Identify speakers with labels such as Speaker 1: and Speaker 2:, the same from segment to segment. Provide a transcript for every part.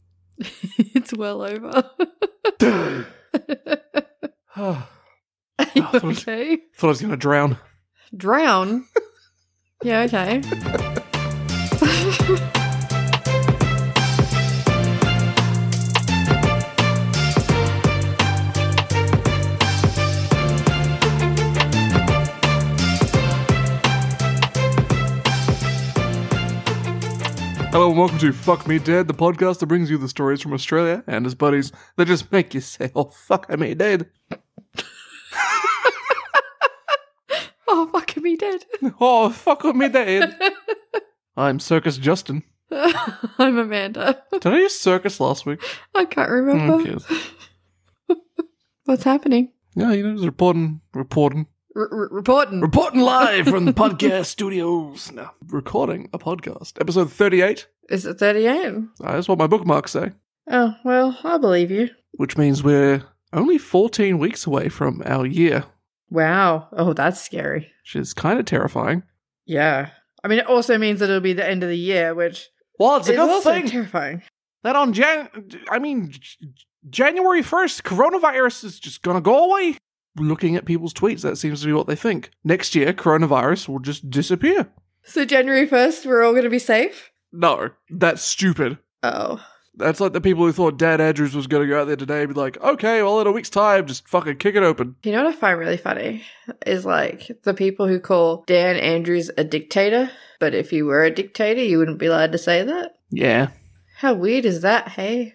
Speaker 1: it's well over.
Speaker 2: Thought
Speaker 1: Are you
Speaker 2: I thought it was-
Speaker 1: okay?
Speaker 2: I was going to drown.
Speaker 1: Drown? Yeah, okay.
Speaker 2: Hello and welcome to Fuck Me Dead, the podcast that brings you the stories from Australia and his buddies that just make you say, oh, fuck, I me dead.
Speaker 1: Oh, fuck me dead.
Speaker 2: Oh, fuck, I me dead. I'm Circus Justin.
Speaker 1: I'm Amanda.
Speaker 2: Did I use circus last week?
Speaker 1: I can't remember.
Speaker 2: Okay.
Speaker 1: What's happening?
Speaker 2: Yeah, you know, just reporting, reporting,
Speaker 1: R- r- reporting.
Speaker 2: reporting live from the podcast studios. No, recording a podcast. Episode 38.
Speaker 1: Is it 30 a.m.?
Speaker 2: Uh, that's what my bookmarks say,
Speaker 1: Oh, well, I believe you.
Speaker 2: which means we're only 14 weeks away from our year,
Speaker 1: Wow. Oh, that's scary.
Speaker 2: which is kind of terrifying.
Speaker 1: Yeah. I mean, it also means that it'll be the end of the year, which
Speaker 2: Well,
Speaker 1: is also terrifying.
Speaker 2: that on Jan, I mean, J- January 1st, coronavirus is just gonna go away. Looking at people's tweets, that seems to be what they think. Next year, coronavirus will just disappear.
Speaker 1: So, January 1st, we're all going to be safe?
Speaker 2: No, that's stupid.
Speaker 1: Oh.
Speaker 2: That's like the people who thought Dad Andrews was gonna go out there today and be like, okay, well, in a week's time, just fucking kick it open.
Speaker 1: You know what I find really funny is like the people who call Dan Andrews a dictator, but if you were a dictator, you wouldn't be allowed to say that.
Speaker 2: Yeah.
Speaker 1: How weird is that? Hey.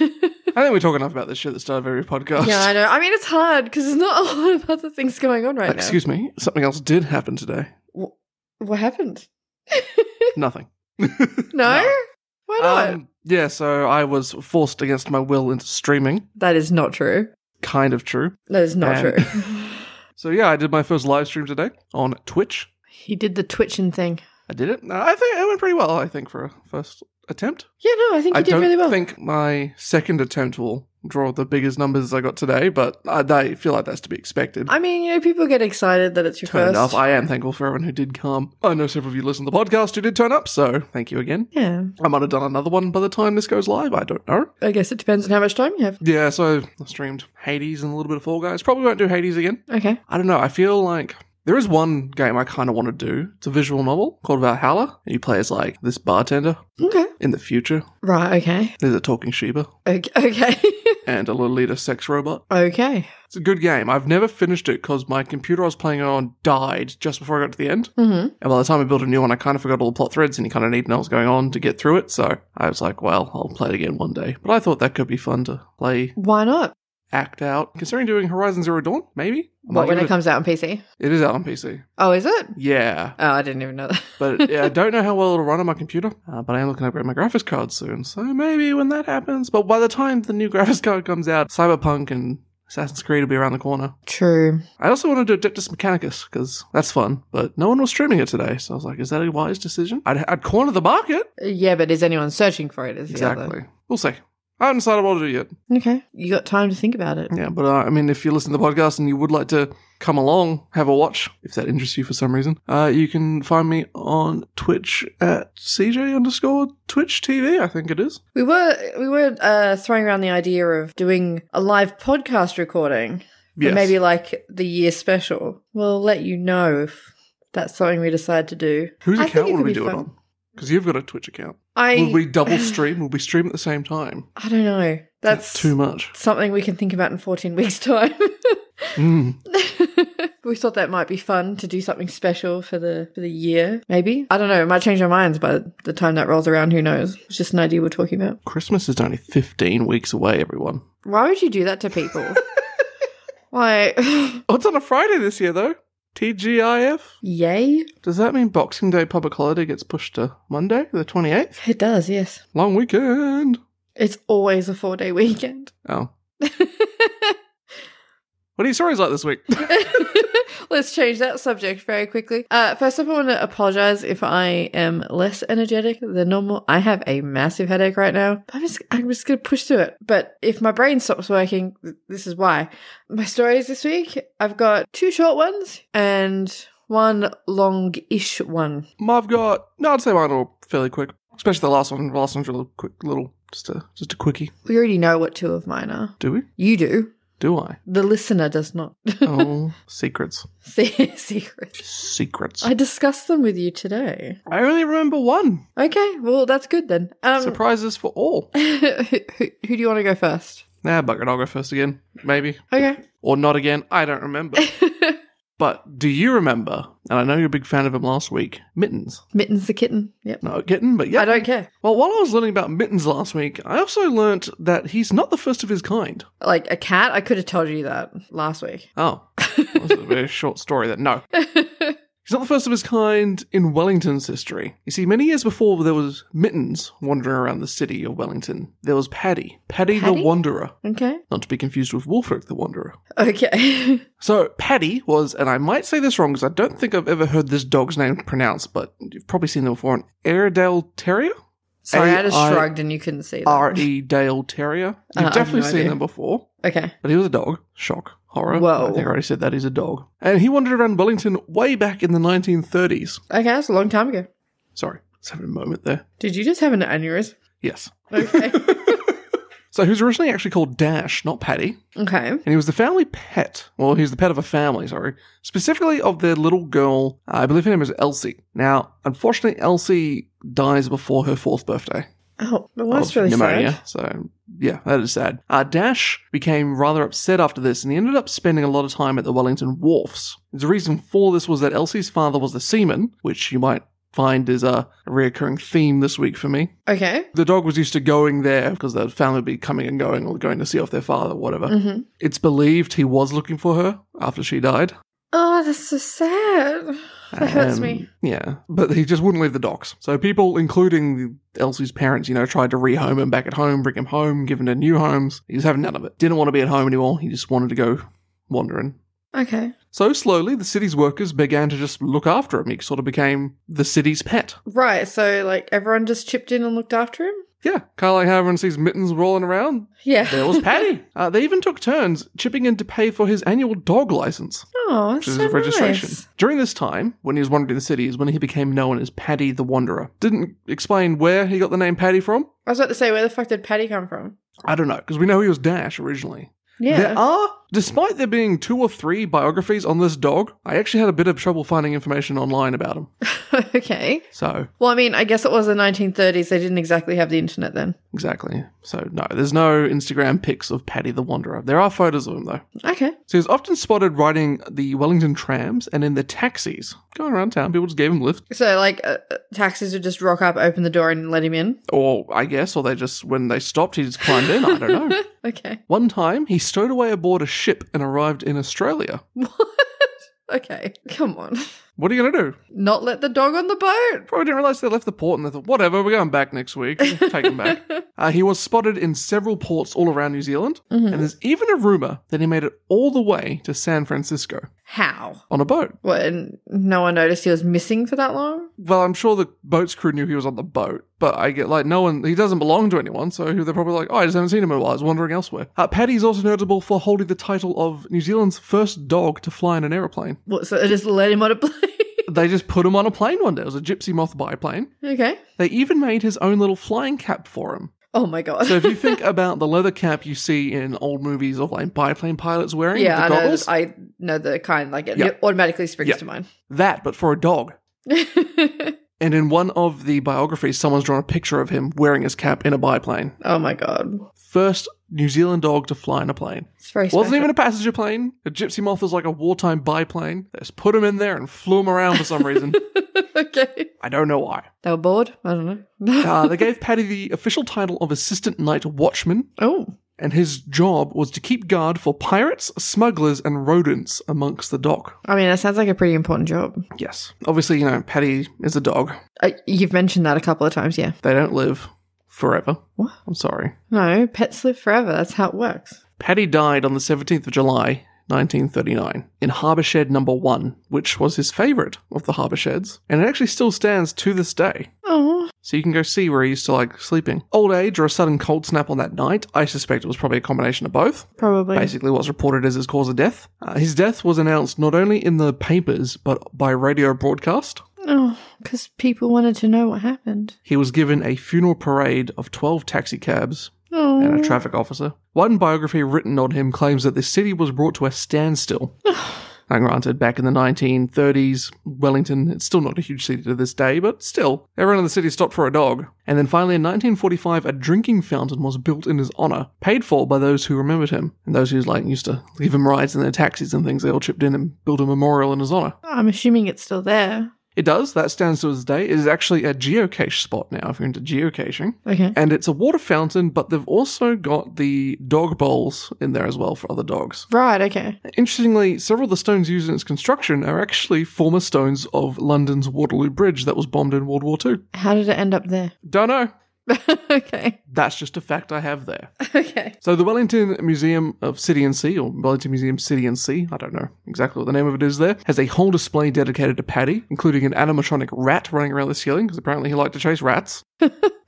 Speaker 2: I think we talk enough about this shit at the start of every podcast.
Speaker 1: yeah, I know. I mean, it's hard because there's not a lot of other things going on right
Speaker 2: Excuse me, something else did happen today.
Speaker 1: now. Wh- what happened?
Speaker 2: Nothing.
Speaker 1: No.
Speaker 2: No.
Speaker 1: Why not?
Speaker 2: Um, yeah, so I was forced against my will into streaming.
Speaker 1: that is not true.
Speaker 2: Kind of true.
Speaker 1: That is not
Speaker 2: and-
Speaker 1: true.
Speaker 2: So yeah, I did my first live stream today on Twitch.
Speaker 1: he did the twitching thing.
Speaker 2: I did it. No, I think it went pretty well. I think for a first attempt.
Speaker 1: Yeah, no, I think
Speaker 2: I
Speaker 1: he did
Speaker 2: don't
Speaker 1: really well.
Speaker 2: think my second attempt will draw the biggest numbers I got today, but I, I feel like that's to be expected.
Speaker 1: I mean, you know, people get excited that it's your
Speaker 2: turned
Speaker 1: first.
Speaker 2: up. I am thankful for everyone who did come. I know several of you listen to the podcast who did turn up, so thank you again.
Speaker 1: yeah,
Speaker 2: I might have done another one by the time this goes live. I don't know.
Speaker 1: I guess it depends on how much time you have.
Speaker 2: Yeah, so I streamed Hades and a little bit of Fall Guys. Probably won't do Hades again.
Speaker 1: Okay.
Speaker 2: I don't know. I feel like there is one game I kind of want to do. It's a visual novel called Valhalla, and you play as like this bartender
Speaker 1: Okay.
Speaker 2: in the future.
Speaker 1: Right. Okay.
Speaker 2: There's a talking Sheba
Speaker 1: Okay. Okay.
Speaker 2: and a Lolita sex robot.
Speaker 1: okay.
Speaker 2: It's a good game. I've never finished it because my computer I was playing it on died just before I got to the end.
Speaker 1: hmm
Speaker 2: And by the time I built a new one, I kind of forgot all the plot threads and you kind of need to know what's going on to get through it. So I was like, well, I'll play it again one day. But I thought that could be fun to play,
Speaker 1: Why not?
Speaker 2: act out. Considering doing Horizon Zero Dawn, maybe? I might
Speaker 1: What when
Speaker 2: give
Speaker 1: it
Speaker 2: a-
Speaker 1: comes out on PC?
Speaker 2: It is out on PC.
Speaker 1: Oh, is it?
Speaker 2: Yeah.
Speaker 1: Oh, I didn't even know that.
Speaker 2: but yeah, I don't know how well it'll run on my computer. Uh, but I am looking to upgrade my graphics card soon, so maybe when that happens. But by the time the new graphics card comes out, Cyberpunk and Assassin's Creed will be around the corner.
Speaker 1: True.
Speaker 2: I also wanted to Adeptus Mechanicus because that's fun, but no one was streaming it today, so I was like, is that a wise decision? I'd, I'd corner the market.
Speaker 1: Yeah, but is anyone searching for it? Is the other-
Speaker 2: Exactly. We'll see. I haven't decided what to do yet.
Speaker 1: Okay. You got time to think about it.
Speaker 2: Yeah, but uh, I mean, if you listen to the podcast and you would like to come along, have a watch, if that interests you for some reason, uh, you can find me on Twitch at CJ underscore Twitch TV, I think it is.
Speaker 1: We were we were uh, throwing around the idea of doing a live podcast recording. for
Speaker 2: Yes.
Speaker 1: Maybe like the year special. We'll let you know if that's something we decide to do.
Speaker 2: Whose
Speaker 1: I think
Speaker 2: account
Speaker 1: it
Speaker 2: would
Speaker 1: could
Speaker 2: we
Speaker 1: be
Speaker 2: do it
Speaker 1: fun.
Speaker 2: on? Because you've got a Twitch account.
Speaker 1: I
Speaker 2: Will we double stream? Will we stream at the same time?
Speaker 1: I don't know. That's
Speaker 2: too much.
Speaker 1: something we can think about in 14 weeks' time.
Speaker 2: Mm.
Speaker 1: we thought that might be fun to do something special for the for the year, maybe. I don't know. It might change our minds by the time that rolls around. Who knows? It's just an idea we're talking about.
Speaker 2: Christmas is only 15 weeks away, everyone.
Speaker 1: Why would you do that to people? like,
Speaker 2: Oh, it's on a Friday this year, though. TGIF.
Speaker 1: yay!
Speaker 2: Does that mean Boxing Day public holiday gets pushed to Monday, the 28th?
Speaker 1: It does. Yes,
Speaker 2: Long weekend.
Speaker 1: it's always a four day weekend.
Speaker 2: Oh. What are your stories like this week?
Speaker 1: Let's change that subject very quickly. Uh, first up, I want to apologize if I am less energetic than normal. I have a massive headache right now. I'm just, I'm just going to push through it. But if my brain stops working, th- this is why. My stories this week I've got two short ones and one long ish one.
Speaker 2: I've got. No, I'd say mine are fairly quick, especially the last one. The last one's a little quick, little Just a just a quickie.
Speaker 1: We already know what two of mine are.
Speaker 2: Do we?
Speaker 1: You do.
Speaker 2: Do I?
Speaker 1: The listener does not.
Speaker 2: Oh, secrets,
Speaker 1: Se- Secret.
Speaker 2: secrets.
Speaker 1: I
Speaker 2: I,
Speaker 1: discussed them with you today.
Speaker 2: only remember one.
Speaker 1: Okay, well that's good then. Um,
Speaker 2: Surprises for all.
Speaker 1: who, who, who do you want to go first?
Speaker 2: Nah, bugger it. I'll go first again. Maybe
Speaker 1: Okay.
Speaker 2: or not again. I don't remember. but do you remember? And I know you're a big fan of him last week. Mittens.
Speaker 1: Mittens the kitten. Yep.
Speaker 2: No, kitten, but yeah.
Speaker 1: I don't care.
Speaker 2: Well, while I was learning about Mittens last week, I also learnt that he's not the first of his kind.
Speaker 1: Like a cat, I could have told you that last week.
Speaker 2: Oh, that was a very short story then. No. He's not the first of his kind in Wellington's history. You see, many years before there was Mittens wandering around the city of Wellington, there was Paddy. Paddy,
Speaker 1: Paddy?
Speaker 2: the Wanderer.
Speaker 1: okay.
Speaker 2: Not to be confused with Wolfric the Wanderer.
Speaker 1: Okay.
Speaker 2: So, Paddy was, and I might say this wrong because I don't think I've ever heard this dog's name pronounced, but you've probably seen them before. An Airedale Terrier?
Speaker 1: Sorry, I just
Speaker 2: A- I-
Speaker 1: shrugged and you couldn't see that.
Speaker 2: R E Dale Terrier.
Speaker 1: Uh,
Speaker 2: You've
Speaker 1: I have
Speaker 2: definitely
Speaker 1: no
Speaker 2: seen
Speaker 1: idea.
Speaker 2: them before.
Speaker 1: Okay.
Speaker 2: But he was a dog. Shock. Horror.
Speaker 1: Whoa.
Speaker 2: I think I already said that. He's a dog. And he wandered around Wellington way back in the 1930s.
Speaker 1: Okay, that's a long time ago.
Speaker 2: Sorry, just having a moment there.
Speaker 1: Did you just have an aneurysm?
Speaker 2: Yes.
Speaker 1: Okay.
Speaker 2: So he was originally actually called Dash, not Patty.
Speaker 1: okay.
Speaker 2: And he was the family pet. Well, he was the pet of a family, sorry. Specifically of their little girl. I believe her name is Elsie. Now, unfortunately, Elsie dies before her fourth birthday.
Speaker 1: Oh, well, that's
Speaker 2: of
Speaker 1: really
Speaker 2: pneumonia.
Speaker 1: sad.
Speaker 2: So yeah, that is sad. Uh, Dash became rather upset after this, and he ended up spending a lot of time at the Wellington wharfs. The reason for this was that Elsie's father was a seaman, which you might find is a reoccurring theme this week for me.
Speaker 1: Okay.
Speaker 2: The dog was used to going there because the family would be coming and going or going to see off their father, whatever.
Speaker 1: hmm
Speaker 2: It's believed he was looking for her after she died.
Speaker 1: Oh, that's so sad. That hurts
Speaker 2: Um,
Speaker 1: me.
Speaker 2: Yeah, but he just wouldn't leave the docks. So people, including Elsie's parents, you know, tried to rehome him back at home, bring him home, give him to new homes. He was having none of it. Didn't want to be at home anymore. He just wanted to go wandering.
Speaker 1: Okay.
Speaker 2: So slowly, the city's workers began to just look after him. He sort of became the city's pet.
Speaker 1: Right. So, like, everyone just chipped in and looked after him?
Speaker 2: Yeah, kind of like how everyone sees mittens rolling around.
Speaker 1: Yeah.
Speaker 2: There was Paddy. uh, they even took turns chipping in to pay for his annual dog license.
Speaker 1: oh, that's
Speaker 2: which is
Speaker 1: so
Speaker 2: his registration.
Speaker 1: nice.
Speaker 2: During this time, when he was wandering the city, is when he became known as Paddy the Wanderer. Didn't explain where he got the name Paddy from.
Speaker 1: I was about to say, where the fuck did Patty come from?
Speaker 2: I don't know, because we know he was Dash originally. There
Speaker 1: Yeah.
Speaker 2: are, despite there being two or three biographies on this dog, I actually had a bit of trouble finding information online about him.
Speaker 1: okay.
Speaker 2: So,
Speaker 1: Well, I mean, I guess it was the 1930s. They didn't exactly have the internet then.
Speaker 2: exactly. So, no, there's no Instagram pics of Paddy the Wanderer. There are photos of him, though.
Speaker 1: Okay.
Speaker 2: So, he was often spotted riding the Wellington trams and in the taxis. Going around town, people just gave him lifts.
Speaker 1: So, like, uh, uh, taxis would just rock up, open the door, and let him in?
Speaker 2: Or I guess, or they just when they stopped, he just climbed in. I don't know.
Speaker 1: okay.
Speaker 2: One time, he stowed away aboard a ship and arrived in Australia.
Speaker 1: What? Okay. Come on.
Speaker 2: What are you gonna do?
Speaker 1: Not let the dog on the boat.
Speaker 2: Probably didn't realize they left the port, and they thought, whatever, we're going back next week. Take him back. Uh, he was spotted in several ports all around New Zealand, and there's even a rumor that he made it all the way to San Francisco
Speaker 1: How?
Speaker 2: on a boat.
Speaker 1: What? And no one noticed he was missing for that long?
Speaker 2: Well, I'm sure the boat's crew knew he was on the boat, but I get like no one, he doesn't belong to anyone, so they're probably like, oh, I just haven't seen him in a while, he's wandering elsewhere. Uh, Paddy's also notable for holding the title of New Zealand's first dog to fly in an aeroplane.
Speaker 1: What? So they just let him on a plane?
Speaker 2: They just put him on a plane one day, it was a gypsy moth biplane.
Speaker 1: okay.
Speaker 2: They even made his own little flying cap for him.
Speaker 1: Oh my god.
Speaker 2: So if you think about the leather cap you see in old movies of like biplane pilots wearing, with
Speaker 1: yeah, I
Speaker 2: the
Speaker 1: know.
Speaker 2: goggles,
Speaker 1: I know the kind. Like it
Speaker 2: Yeah.
Speaker 1: automatically springs
Speaker 2: Yeah.
Speaker 1: to mind.
Speaker 2: that, but for a dog. And in one of the biographies, someone's drawn a picture of him wearing his cap in a biplane.
Speaker 1: oh my god.
Speaker 2: first New Zealand dog to fly in a plane.
Speaker 1: It's very.
Speaker 2: Wasn't
Speaker 1: special.
Speaker 2: even a passenger plane. The gypsy moth was like a wartime biplane. They just put him in there and flew him around for some reason.
Speaker 1: okay.
Speaker 2: I don't know why.
Speaker 1: They were bored. I don't know.
Speaker 2: Uh, they gave Paddy the official title of Assistant Night Watchman,
Speaker 1: oh.
Speaker 2: and his job was to keep guard for pirates, smugglers, and rodents amongst the dock.
Speaker 1: I mean, that sounds like a pretty important job.
Speaker 2: Yes. Obviously, you know, Paddy is a dog.
Speaker 1: Uh, you've mentioned that a couple of times. Yeah.
Speaker 2: They don't live forever.
Speaker 1: What?
Speaker 2: I'm sorry.
Speaker 1: No, pets live forever. That's how it works.
Speaker 2: Paddy died on the 17th of July, 1939, in Harbour Shed Number 1, which was his favourite of the harbour sheds, and it actually still stands to this day.
Speaker 1: Oh.
Speaker 2: So you can go see where he used to like sleeping. Old age or a sudden cold snap on that night, I suspect it was probably a combination of both.
Speaker 1: Probably.
Speaker 2: Basically, what's reported as his cause of death. Uh, his death was announced not only in the papers, but by radio broadcast.
Speaker 1: Oh, because people wanted to know what happened.
Speaker 2: He was given a funeral parade of 12 taxicabs
Speaker 1: Oh.
Speaker 2: and a traffic officer. One biography written on him claims that the city was brought to a standstill. Now, granted, back in the 1930s, Wellington, it's still not a huge city to this day, but still, everyone in the city stopped for a dog. And then finally, in 1945, a drinking fountain was built in his honor, paid for by those who remembered him. And those who like used to leave him rides in their taxis and things, they all chipped in and built a memorial in his honor.
Speaker 1: I'm assuming it's still there.
Speaker 2: It does, that stands to this day. It is actually a geocache spot now, if you're into geocaching.
Speaker 1: Okay.
Speaker 2: And it's a water fountain, but they've also got the dog bowls in there as well for other dogs.
Speaker 1: Right, okay.
Speaker 2: Interestingly, several of the stones used in its construction are actually former stones of London's Waterloo Bridge that was bombed in World War II.
Speaker 1: How did it end up there?
Speaker 2: Don't know.
Speaker 1: okay.
Speaker 2: That's just a fact I have there.
Speaker 1: Okay.
Speaker 2: So the Wellington Museum of City and Sea, or Wellington Museum City and Sea, I don't know exactly what the name of it is there, has a whole display dedicated to Paddy, including an animatronic rat running around the ceiling, because apparently he liked to chase rats.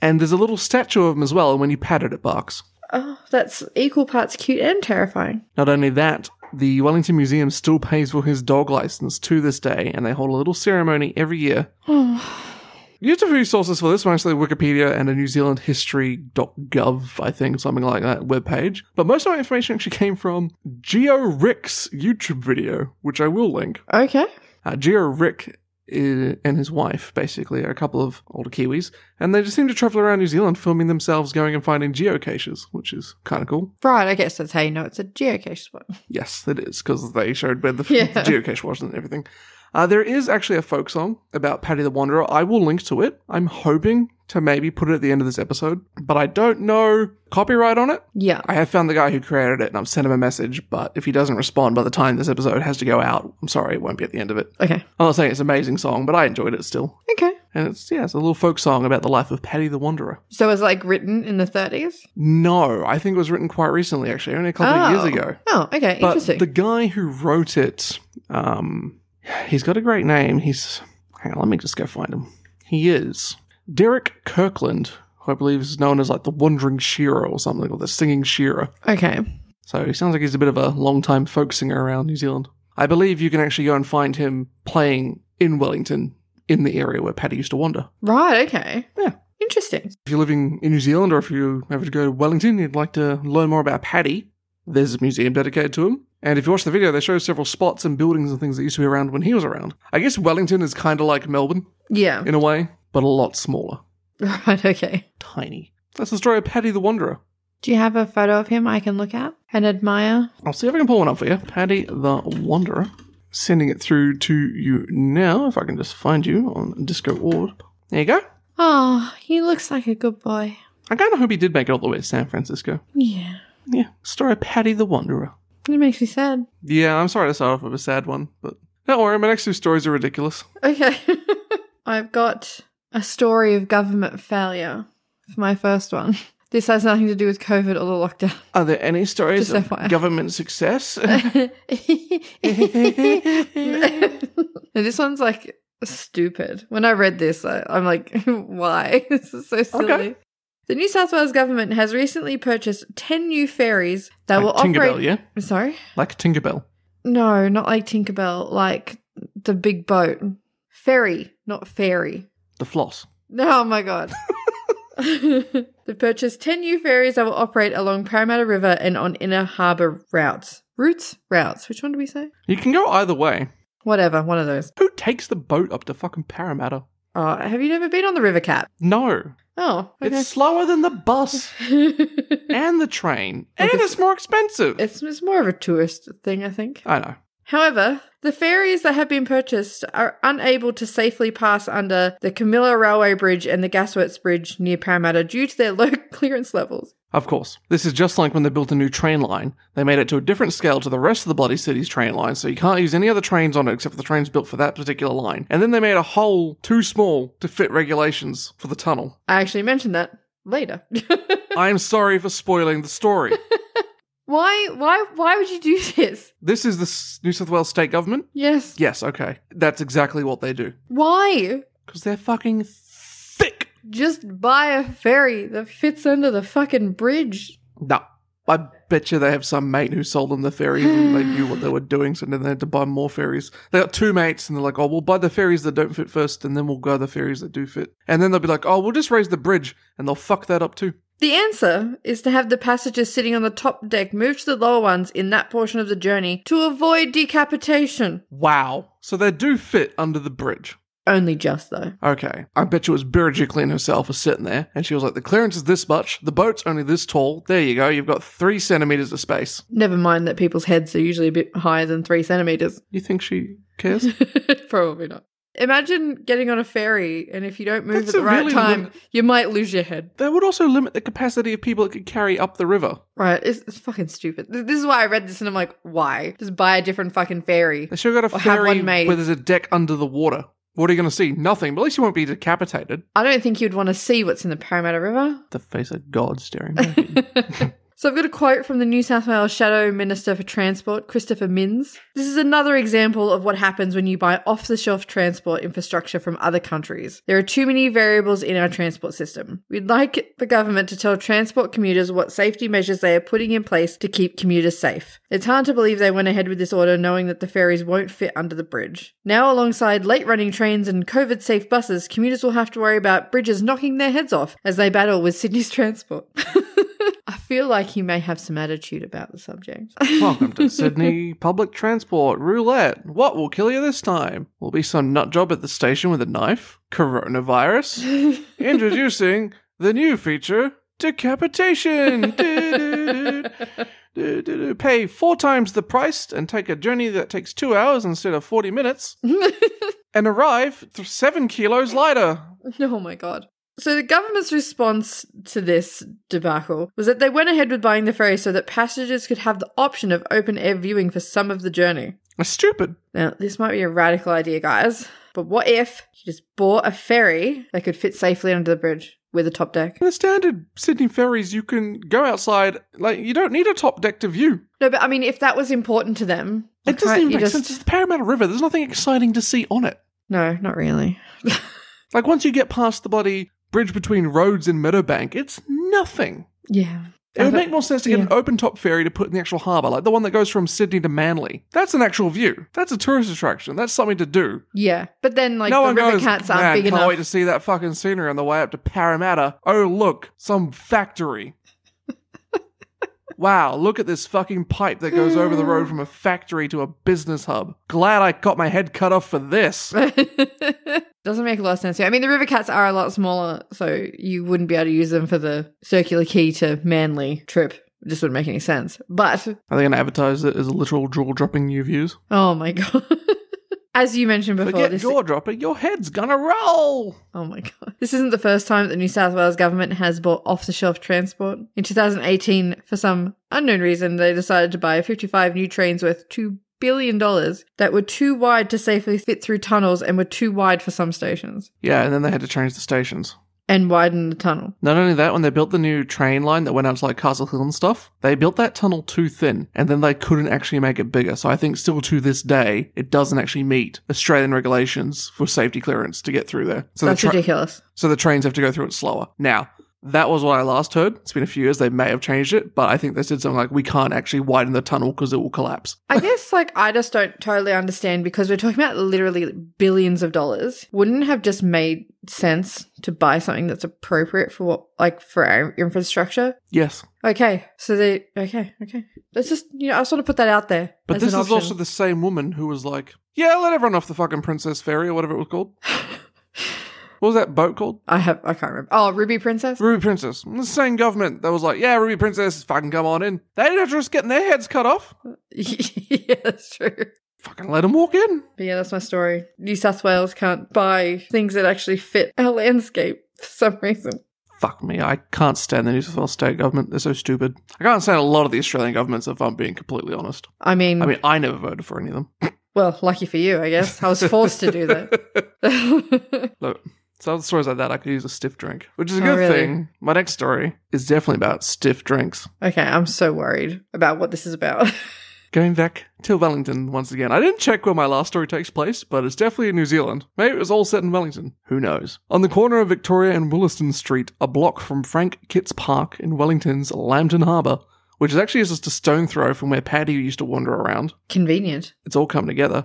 Speaker 2: and there's a little statue of him as well, and when you pat it, it barks.
Speaker 1: Oh, that's equal parts cute and terrifying.
Speaker 2: Not only that, the Wellington Museum still pays for his dog license to this day, and they hold a little ceremony every year.
Speaker 1: Oh,
Speaker 2: Used a few sources for this, mostly Wikipedia and a New Zealand history.gov, I think, something like that webpage. But most of my information actually came from GeoRick's YouTube video, which I will link.
Speaker 1: Okay.
Speaker 2: Uh, Geo Rick i- and his wife, basically, are a couple of older Kiwis, and they just seem to travel around New Zealand filming themselves going and finding geocaches, which is kind of cool.
Speaker 1: Right, I guess that's how you know it's a geocache spot.
Speaker 2: Yes, it is because they showed where the,
Speaker 1: Yeah.
Speaker 2: the geocache was and everything. Uh, there is actually a folk song about Paddy the Wanderer. I will link to it. I'm hoping to maybe put it at the end of this episode, but I don't know copyright on it.
Speaker 1: Yeah.
Speaker 2: I have found the guy who created it and I've sent him a message, but if he doesn't respond by the time this episode has to go out, I'm sorry, it won't be at the end of it.
Speaker 1: Okay.
Speaker 2: I'm not saying it's an amazing song, but I enjoyed it still.
Speaker 1: Okay.
Speaker 2: And it's, yeah, it's a little folk song about the life of Paddy the Wanderer.
Speaker 1: So it was like written in the 30s?
Speaker 2: No, I think it was written quite recently, actually, only a couple of years
Speaker 1: Oh.
Speaker 2: ago.
Speaker 1: Oh, okay.
Speaker 2: But
Speaker 1: Interesting.
Speaker 2: the guy who wrote it, um, he's got a great name. He's hang on, let me just go find him. He is Derek Kirkland, who I believe is known as like the Wandering Shearer or something, or the Singing Shearer.
Speaker 1: okay.
Speaker 2: So he sounds like he's a bit of a long-time folk singer around New Zealand. I believe you can actually go and find him playing in Wellington in the area where Paddy used to wander.
Speaker 1: Right, okay.
Speaker 2: Yeah.
Speaker 1: Interesting.
Speaker 2: If you're living in New Zealand or if you ever go to Wellington, you'd like to learn more about Paddy, there's a museum dedicated to him. And if you watch the video, they show several spots and buildings and things that used to be around when he was around. I guess Wellington is kind of like Melbourne
Speaker 1: Yeah.
Speaker 2: in a way, but a lot smaller.
Speaker 1: Right, okay.
Speaker 2: Tiny. That's the story of Paddy the Wanderer.
Speaker 1: Do you have a photo of him I can look at and admire?
Speaker 2: I'll see if I can pull one up for you. Paddy the Wanderer. Sending it through to you now, if I can just find you on Disco Orb. There you go.
Speaker 1: Oh, he looks like a good boy.
Speaker 2: I kind of hope he did make it all the way to San Francisco.
Speaker 1: Yeah.
Speaker 2: Yeah. Story of Paddy the Wanderer.
Speaker 1: It makes me sad.
Speaker 2: Yeah, I'm sorry to start off with a sad one, but don't worry, my next two stories are ridiculous.
Speaker 1: Okay. I've got a story of government failure for my first one. This has nothing to do with COVID or the lockdown.
Speaker 2: Are there any stories
Speaker 1: Just
Speaker 2: of
Speaker 1: FYI.
Speaker 2: government success?
Speaker 1: Uh, No, this one's like stupid. When I read this, I, I'm like, why? This is so silly.
Speaker 2: Okay.
Speaker 1: The New South Wales government has recently purchased 10 new ferries that will
Speaker 2: like Tinkerbell,
Speaker 1: operate.
Speaker 2: yeah?
Speaker 1: Sorry?
Speaker 2: Like Tinkerbell.
Speaker 1: No, not like Tinkerbell, like the big boat. Ferry, not fairy.
Speaker 2: The floss.
Speaker 1: No, oh my god. they purchased 10 new ferries that will operate along Parramatta River and on inner harbour routes. Routes? Routes. Which one do we say?
Speaker 2: You can go either way.
Speaker 1: Whatever, one of those.
Speaker 2: Who takes the boat up to fucking Parramatta?
Speaker 1: Oh, have you never been on the River Cat?
Speaker 2: No.
Speaker 1: Oh, okay.
Speaker 2: It's slower than the bus
Speaker 1: it's,
Speaker 2: and the train.
Speaker 1: Like
Speaker 2: And
Speaker 1: it's-
Speaker 2: it's more expensive.
Speaker 1: it's more of a tourist thing, I think.
Speaker 2: I know.
Speaker 1: However, the ferries that have been purchased are unable to safely pass under the Camilla Railway Bridge and the Gasworks Bridge near Parramatta due to their low clearance levels.
Speaker 2: Of course. This is just like when they built a new train line. They made it to a different scale to the rest of the bloody city's train line, so you can't use any other trains on it except for the trains built for that particular line. And then they made a hole too small to fit regulations for the tunnel.
Speaker 1: I actually mentioned that later.
Speaker 2: I'm sorry for spoiling the story.
Speaker 1: why why why would you do this?
Speaker 2: This is the S- New South Wales state government?
Speaker 1: Yes.
Speaker 2: Yes, okay. That's exactly what they do.
Speaker 1: Why?
Speaker 2: Because they're fucking thick.
Speaker 1: Just buy a ferry that fits under the fucking bridge.
Speaker 2: No. I bet you they have some mate who sold them the ferries and they knew what they were doing, so then they had to buy more ferries. They got two mates and they're like, oh, we'll buy the ferries that don't fit first and then we'll go the ferries that do fit. And then they'll be like, oh, we'll just raise the bridge and they'll fuck that up too.
Speaker 1: The answer is to have the passengers sitting on the top deck move to the lower ones in that portion of the journey to avoid decapitation.
Speaker 2: Wow. So they do fit under the bridge.
Speaker 1: Only just though.
Speaker 2: Okay. I bet you it was Berejiklian herself was sitting there and she was like, the clearance is this much, the boat's only this tall. There you go, you've got three centimeters of space.
Speaker 1: Never mind that people's heads are usually a bit higher than three centimeters.
Speaker 2: You think she cares?
Speaker 1: Probably not. Imagine getting on a ferry and if you don't move
Speaker 2: That's
Speaker 1: at the
Speaker 2: a
Speaker 1: right
Speaker 2: really
Speaker 1: time,
Speaker 2: lim-
Speaker 1: you might lose your head.
Speaker 2: that would also limit the capacity of people it could carry up the river.
Speaker 1: Right? It's, it's fucking stupid. Th- This is why I read this and I'm like, why? Just buy a different fucking ferry.
Speaker 2: They should have got
Speaker 1: Or
Speaker 2: a
Speaker 1: have
Speaker 2: ferry
Speaker 1: one made.
Speaker 2: where there's a deck under the water. What are you going to see? Nothing, but at least you won't be decapitated.
Speaker 1: I don't think you'd want to see what's in the Parramatta River.
Speaker 2: The face of God staring back.
Speaker 1: So I've got a quote from the New South Wales Shadow Minister for Transport, Christopher Minns. This is another example of what happens when you buy off the shelf transport infrastructure from other countries. There are too many variables in our transport system. We'd like the government to tell transport commuters what safety measures they are putting in place to keep commuters safe. It's hard to believe they went ahead with this order knowing that the ferries won't fit under the bridge. Now, alongside late running trains and COVID safe buses, commuters will have to worry about bridges knocking their heads off as they battle with Sydney's transport. I feel like he may have some attitude about the subject.
Speaker 2: Welcome to Sydney Public Transport Roulette. What will kill you this time? Will be some nut job at the station with a knife? Coronavirus? Introducing the new feature, decapitation. Du-du-du. Du-du-du. Pay four times the price and take a journey that takes two hours instead of 40 minutes and arrive th- seven kilos lighter.
Speaker 1: oh my god. So the government's response to this debacle was that they went ahead with buying the ferry so that passengers could have the option of open air viewing for some of the journey.
Speaker 2: That's stupid.
Speaker 1: Now, this might be a radical idea, guys, but what if you just bought a ferry that could fit safely under the bridge with a top deck?
Speaker 2: In the standard Sydney ferries, you can go outside. Like, you don't need a top deck to view.
Speaker 1: No, but I mean, if that was important to them,
Speaker 2: It doesn't
Speaker 1: can't
Speaker 2: even
Speaker 1: you
Speaker 2: make
Speaker 1: just-
Speaker 2: sense. It's the Parramatta River. There's nothing exciting to see on it.
Speaker 1: No, not really.
Speaker 2: Like once you get past the bloody bridge between Rhodes and Meadowbank, it's nothing.
Speaker 1: Yeah.
Speaker 2: It would make more sense to get an
Speaker 1: yeah.
Speaker 2: open top ferry to put in the actual harbour, like the one that goes from Sydney to Manly. That's an actual view. That's a tourist attraction. That's something to do.
Speaker 1: Yeah, but then like
Speaker 2: no
Speaker 1: the
Speaker 2: one
Speaker 1: river
Speaker 2: goes.
Speaker 1: cats
Speaker 2: Man,
Speaker 1: aren't big
Speaker 2: can't
Speaker 1: enough.
Speaker 2: wait to see that fucking scenery on the way up to Parramatta. Oh look, some factory. wow, look at this fucking pipe that goes over the road from a factory to a business hub. Glad I got my head cut off for this.
Speaker 1: Doesn't make a lot of sense. I mean, the river cats are a lot smaller, so you wouldn't be able to use them for the circular key to Manly trip. This wouldn't make any sense. But
Speaker 2: Are they going to advertise it as a literal jaw dropping new views?
Speaker 1: oh my god, as you mentioned before,
Speaker 2: Forget
Speaker 1: this
Speaker 2: jaw dropping, your head's gonna roll!
Speaker 1: oh my god, this isn't the first time that the New South Wales government has bought off-the-shelf transport. In 2018, for some unknown reason, they decided to buy 55 new trains worth two billion dollars that were too wide to safely fit through tunnels and were too wide for some stations
Speaker 2: Yeah, and then they had to change the stations.
Speaker 1: and widen the tunnel.
Speaker 2: Not only that, when they built the new train line that went out to like Castle Hill and stuff, they built that tunnel too thin, and then they couldn't actually make it bigger. So I think still to this day, it doesn't actually meet Australian regulations for safety clearance to get through there. So the
Speaker 1: That's
Speaker 2: tra-
Speaker 1: ridiculous.
Speaker 2: so the trains have to go through it slower. Now, that was what I last heard. It's been a few years. They may have changed it, but I think they said something like, "We can't actually widen the tunnel because it will collapse."
Speaker 1: I guess like I just don't totally understand because we're talking about literally billions of dollars. Wouldn't it have just made sense to buy something that's appropriate for what like for our infrastructure.
Speaker 2: Yes,
Speaker 1: Okay, so they okay okay. Let's just you know I just want to put that out there.
Speaker 2: But
Speaker 1: as
Speaker 2: this
Speaker 1: an
Speaker 2: is also
Speaker 1: option.
Speaker 2: the same woman who was like, "Yeah, let everyone off the fucking Princess Ferry or whatever it was called." what was that boat called?
Speaker 1: I have I can't remember. Oh, Ruby Princess.
Speaker 2: Ruby Princess. The same government that was like, "Yeah, Ruby Princess, fucking come on in." They didn't have to risk getting their heads cut off.
Speaker 1: yeah, that's true.
Speaker 2: Fucking let them walk in.
Speaker 1: But yeah, that's my story. New South Wales can't buy things that actually fit our landscape for some reason.
Speaker 2: Fuck me, I can't stand the New South Wales state government. They're so stupid. I can't stand a lot of the Australian governments if I'm being completely honest.
Speaker 1: I mean,
Speaker 2: I mean, I never voted for any of them.
Speaker 1: well, lucky for you, I guess. I was forced to do that.
Speaker 2: Look, some stories like that, I could use a stiff drink, which is a
Speaker 1: Oh,
Speaker 2: good
Speaker 1: really?
Speaker 2: thing. My next story is definitely about stiff drinks.
Speaker 1: okay, I'm so worried about what this is about.
Speaker 2: Going back to Wellington once again. I didn't check where my last story takes place, but it's definitely in New Zealand. Maybe it was all set in Wellington. Who knows? On the corner of Victoria and Williston Street, a block from Frank Kitts Park in Wellington's Lambton Harbour, which is actually just a stone throw from where Paddy used to wander around.
Speaker 1: Convenient.
Speaker 2: It's all come together.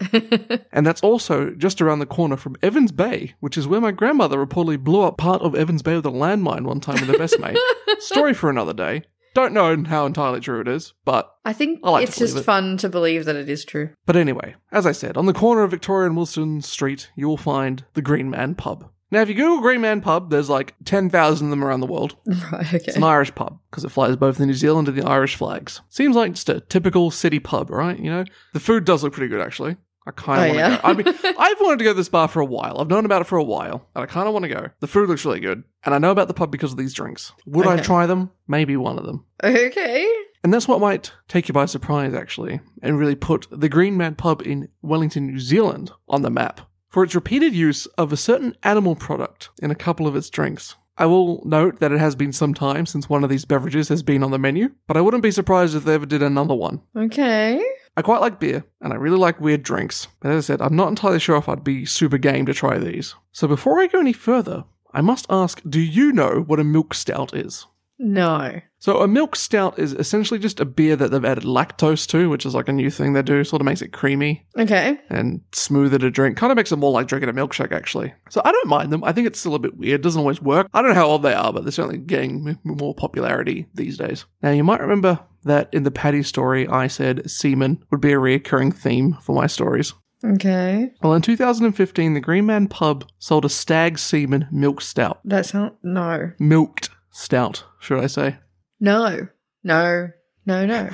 Speaker 2: and that's also just around the corner from Evans Bay, which is where my grandmother reportedly blew up part of Evans Bay with a landmine one time with her best mate. Story for another day. Don't know how entirely true it is, but
Speaker 1: I think
Speaker 2: I like to
Speaker 1: it's just
Speaker 2: believe it.
Speaker 1: fun to believe that it is true.
Speaker 2: but anyway, as I said, on the corner of Victoria and Wilson Street, you will find the Green Man Pub. Now, if you Google Green Man Pub, there's like 10,000 of them around the world.
Speaker 1: Right, okay.
Speaker 2: It's an Irish pub because it flies both the New Zealand and the Irish flags. Seems like just a typical city pub, right? You know, the food does look pretty good actually. I kind of
Speaker 1: Oh,
Speaker 2: want to
Speaker 1: yeah?
Speaker 2: go. I mean, I've wanted to go to this bar for a while. I've known about it for a while, and I kind of want to go. The food looks really good, and I know about the pub because of these drinks. Would I
Speaker 1: Okay.
Speaker 2: try them? Maybe one of them.
Speaker 1: okay.
Speaker 2: And that's what might take you by surprise, actually, and really put the Green Man Pub in Wellington, New Zealand on the map for its repeated use of a certain animal product in a couple of its drinks. I will note that it has been some time since one of these beverages has been on the menu, but I wouldn't be surprised if they ever did another one.
Speaker 1: Okay.
Speaker 2: I quite like beer, and I really like weird drinks, but as I said, I'm not entirely sure if I'd be super game to try these. So before I go any further, I must ask do you know what a milk stout is?
Speaker 1: No.
Speaker 2: So a milk stout is essentially just a beer that they've added lactose to, which is like a new thing they do. Sort of makes it creamy
Speaker 1: Okay.
Speaker 2: and smoother to drink. Kind of makes it more like drinking a milkshake, actually. So I don't mind them. I think it's still a bit weird. Doesn't always work. I don't know how old they are, but they're certainly getting m- more popularity these days. Now you might remember that in the Patty story, I said semen would be a recurring theme for my stories.
Speaker 1: Okay.
Speaker 2: Well, in 2015, the Green Man Pub sold a stag semen milk stout.
Speaker 1: That sound no.
Speaker 2: Milked stout, should I say?
Speaker 1: No. No. No, no.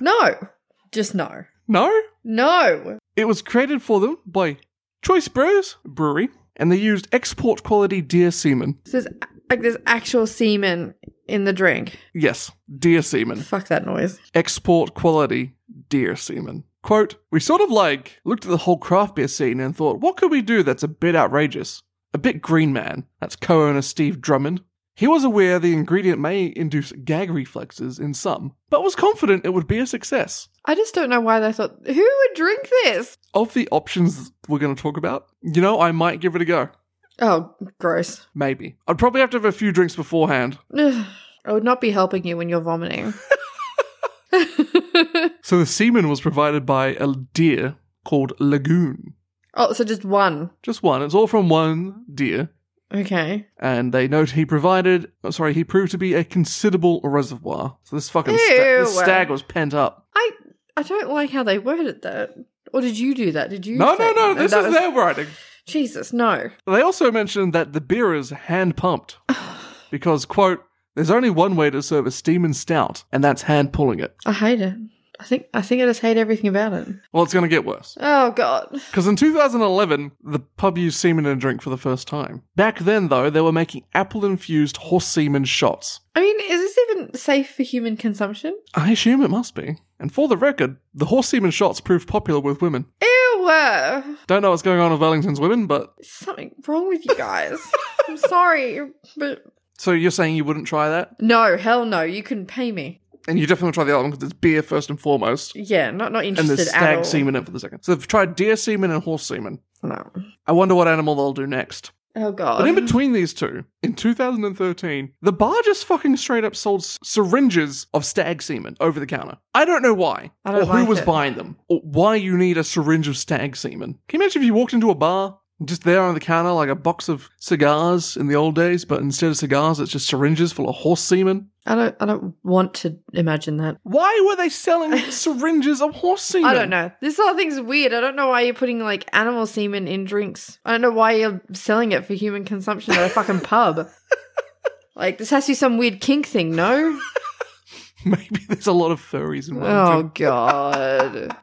Speaker 1: no. Just no.
Speaker 2: No.
Speaker 1: No.
Speaker 2: It was created for them by Choice Brews Brewery, and they used export quality deer semen.
Speaker 1: This is like there's actual semen in the drink.
Speaker 2: Yes, deer semen.
Speaker 1: Fuck that noise.
Speaker 2: Export quality deer semen. Quote, we sort of like looked at the whole craft beer scene and thought, what could we do that's a bit outrageous? A bit green man. That's co owner Steve Drummond. He was aware the ingredient may induce gag reflexes in some, but was confident it would be a success.
Speaker 1: I just don't know why they thought who would drink this?
Speaker 2: Of the options we're going to talk about, you know, I might give it a go.
Speaker 1: Oh, gross.
Speaker 2: Maybe. I'd probably have to have a few drinks beforehand.
Speaker 1: Ugh. I would not be helping you when you're vomiting.
Speaker 2: So the semen was provided by a deer called Lagoon.
Speaker 1: oh, so just one.
Speaker 2: Just one. It's all from one deer.
Speaker 1: Okay.
Speaker 2: And they note he provided, oh, sorry, he proved to be a considerable reservoir. So this fucking sta- this
Speaker 1: Ew.
Speaker 2: stag was pent up.
Speaker 1: I I don't like how they worded that. Or did you do that? Did you?
Speaker 2: No, no,
Speaker 1: say-
Speaker 2: no, this
Speaker 1: that
Speaker 2: is
Speaker 1: was-
Speaker 2: their writing.
Speaker 1: Jesus, no.
Speaker 2: They also mentioned that the beer is hand pumped because, quote, there's only one way to serve a steaming stout, and that's hand pulling it.
Speaker 1: I hate it. I think I think I just hate everything about it.
Speaker 2: Well, it's going to get worse.
Speaker 1: Oh God.
Speaker 2: Because in 2011, the pub used semen in a drink for the first time. Back then, though, they were making apple infused horse semen shots.
Speaker 1: I mean, is this even safe for human consumption?
Speaker 2: I assume it must be. And for the record, the horse semen shots proved popular with women.
Speaker 1: Ew. uh,
Speaker 2: Don't know what's going on with Wellington's women, but.
Speaker 1: Something wrong with you guys. I'm sorry, but
Speaker 2: So you're saying you wouldn't try that?
Speaker 1: no, hell no. You couldn't pay me.
Speaker 2: And you definitely want to try the other one because it's beer first and foremost.
Speaker 1: Yeah, not not
Speaker 2: And
Speaker 1: interested
Speaker 2: there's
Speaker 1: at all.
Speaker 2: stag semen in it for the second. So they've tried deer semen and horse semen.
Speaker 1: No.
Speaker 2: I wonder what animal they'll do next.
Speaker 1: Oh God.
Speaker 2: But in between these two, in 2013, the bar just fucking straight up sold s- syringes of stag semen over the counter. I don't know why,
Speaker 1: I don't
Speaker 2: or who
Speaker 1: like
Speaker 2: was
Speaker 1: it.
Speaker 2: buying them, or why you need a syringe of stag semen. Can you imagine if you walked into a bar? and Just there on the counter, like a box of cigars in the old days, but instead of cigars, it's just syringes full of horse semen.
Speaker 1: I don't. I don't want to imagine that.
Speaker 2: Why were they selling syringes of horse semen?
Speaker 1: I don't know. This whole thing's weird. I don't know why you're putting like animal semen in drinks. I don't know why you're selling it for human consumption at a fucking pub. Like this has to be some weird kink thing, no?
Speaker 2: Maybe there's a lot of furries in Wellington.
Speaker 1: Oh god.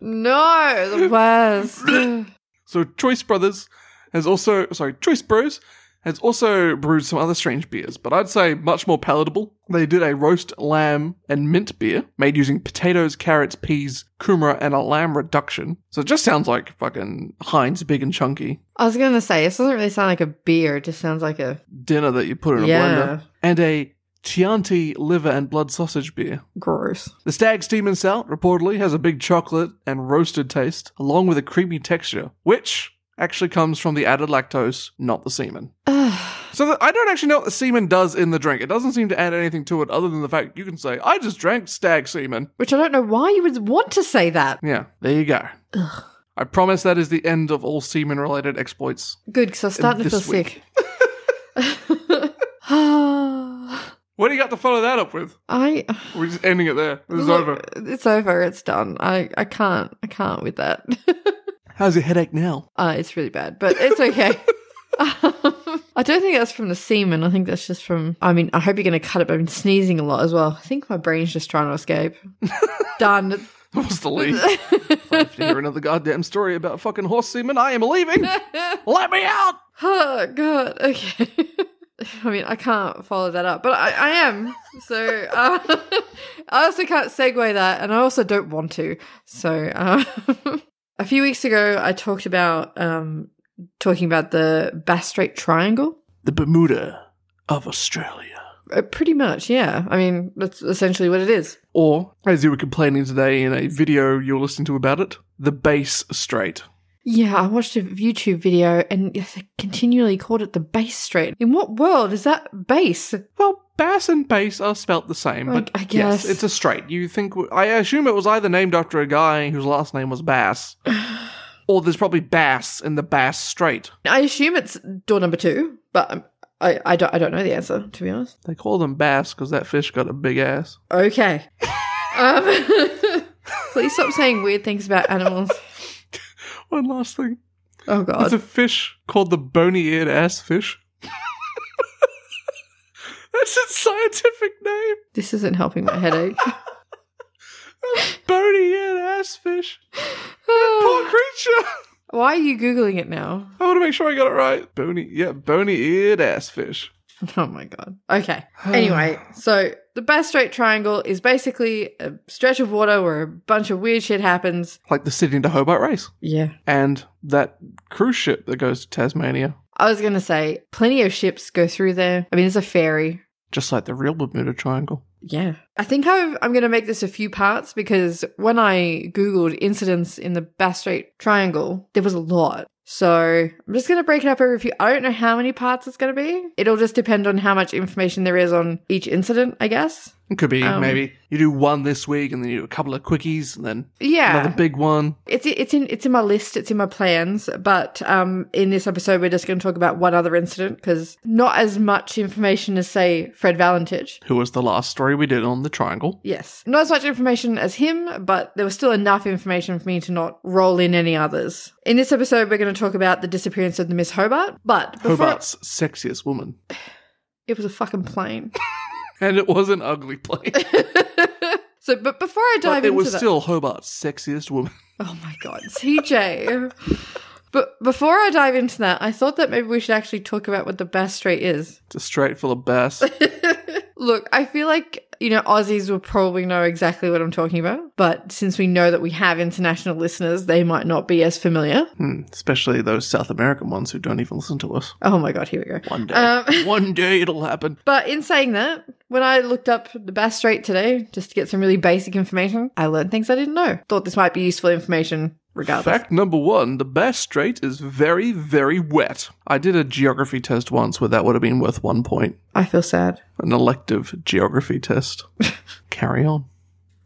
Speaker 1: No, the worst.
Speaker 2: So Choice Brothers has also sorry, Choice Bros has also brewed some other strange beers, but I'd say much more palatable. They did a roast lamb and mint beer made using potatoes, carrots, peas, kumara, and a lamb reduction. So it just sounds like fucking Heinz big and chunky
Speaker 1: I was gonna say this doesn't really sound like a beer, it just sounds like a
Speaker 2: dinner that you put in a
Speaker 1: Yeah.
Speaker 2: blender. And a Chianti liver and blood sausage beer.
Speaker 1: Gross.
Speaker 2: The stag steaming stout reportedly has a big chocolate and roasted taste, along with a creamy texture, which actually comes from the added lactose, not the semen.
Speaker 1: Ugh.
Speaker 2: So th- I don't actually know what the semen does in the drink. It doesn't seem to add anything to it other than the fact you can say, I just drank stag semen.
Speaker 1: Which I don't know why you would want to say that.
Speaker 2: Yeah, there you go.
Speaker 1: Ugh.
Speaker 2: I promise that is the end of all semen related exploits.
Speaker 1: Good, because I'm starting to feel
Speaker 2: This
Speaker 1: sick.
Speaker 2: week.
Speaker 1: I.
Speaker 2: What do you got to follow that up with? We're just ending it there. This is
Speaker 1: Look,
Speaker 2: over.
Speaker 1: It's over. It's done. I, I can't. I can't with that.
Speaker 2: How's your headache now?
Speaker 1: uh, it's really bad, but it's okay. Um, I don't think that's from the semen. I think that's just from. I mean, I hope you're going to cut it, but I've been sneezing a lot as well. I think my brain's just trying to escape. done.
Speaker 2: What's the lead? if you hear another goddamn story about fucking horse semen, I am leaving. Let me out.
Speaker 1: Oh god, okay. I mean, I can't follow that up, but I, I am. So uh, I also can't segue that, and I also don't want to. So um, a few weeks ago, I talked about um, talking about the Bass Strait Triangle.
Speaker 2: The Bermuda of Australia.
Speaker 1: Uh, pretty much, yeah. I mean, that's essentially what it is.
Speaker 2: Or, as you were complaining today in a video you were listening to about it, the Bass Strait.
Speaker 1: Yeah, I watched a YouTube video, and they continually called it the Bass Strait. In what world is that bass?
Speaker 2: Well, bass and bass are spelt the same,
Speaker 1: I-
Speaker 2: but
Speaker 1: I guess.
Speaker 2: yes, it's a strait. You think I assume it was either named after a guy whose last name was Bass, or there's probably bass in the Bass Strait.
Speaker 1: I assume it's door number two, but um, I, I don't I don't know the answer to be honest.
Speaker 2: They call them bass because that fish got a big ass.
Speaker 1: Okay. um, please stop saying weird things about animals.
Speaker 2: One last thing:
Speaker 1: Oh
Speaker 2: there's
Speaker 1: god.
Speaker 2: a fish called the bony-eared ass fish. That's its scientific name.
Speaker 1: this isn't helping my headache.
Speaker 2: Bony-eared ass fish. Poor creature.
Speaker 1: Why are you googling it now?
Speaker 2: I want to make sure I got it right. Bony, yeah, bony-eared ass fish.
Speaker 1: Oh my god. Okay. Anyway, so the Bass Strait Triangle is basically a stretch of water where a bunch of weird shit happens.
Speaker 2: like the Sydney to Hobart race.
Speaker 1: Yeah.
Speaker 2: and that cruise ship that goes to Tasmania,
Speaker 1: I was gonna say plenty of ships go through there. I mean, there's a ferry.
Speaker 2: just like the real Bermuda Triangle.
Speaker 1: Yeah. I think I've, I'm going to make this a few parts because when I Googled incidents in the Bass Strait Triangle, there was a lot. So I'm just going to break it up every few. I don't know how many parts it's going to be. It'll just depend on how much information there is on each incident, I guess.
Speaker 2: It could be
Speaker 1: Um,
Speaker 2: maybe you do one this week, and then you do a couple of quickies, and then
Speaker 1: Yeah.
Speaker 2: another big one.
Speaker 1: It's it's in it's in my list. It's in my plans. But um, in this episode, we're just going to talk about one other incident because not as much information as say Fred Valentich.
Speaker 2: Who was the last story we did on the Triangle?
Speaker 1: Yes. Not as much information as him, but there was still enough information for me to not roll in any others. In this episode, we're going to talk about the disappearance of the Miss Hobart, but before
Speaker 2: Hobart's sexiest woman,
Speaker 1: it was a fucking plane.
Speaker 2: and it was an ugly plane,
Speaker 1: so, but before I dive
Speaker 2: but it
Speaker 1: into
Speaker 2: was
Speaker 1: that,
Speaker 2: still Hobart's sexiest woman.
Speaker 1: oh my god, CJ. but before I dive into that, I thought that maybe we should actually talk about what the Bass Strait is.
Speaker 2: It's a straight full of bass.
Speaker 1: Look, I feel like, you know, Aussies will probably know exactly what I'm talking about, but since we know that we have international listeners, they might not be as familiar.
Speaker 2: Hmm, especially those South American ones who don't even listen to us.
Speaker 1: Oh my god, here we go.
Speaker 2: One day,
Speaker 1: Um,
Speaker 2: one day it'll happen.
Speaker 1: But in saying that, when I looked up the Bass Strait today, just to get some really basic information, I learned things I didn't know. Thought this might be useful information regardless.
Speaker 2: Fact number one the Bass Strait is very, very wet. I did a geography test once where that would have been worth one point.
Speaker 1: I feel sad.
Speaker 2: An elective geography test. Carry on.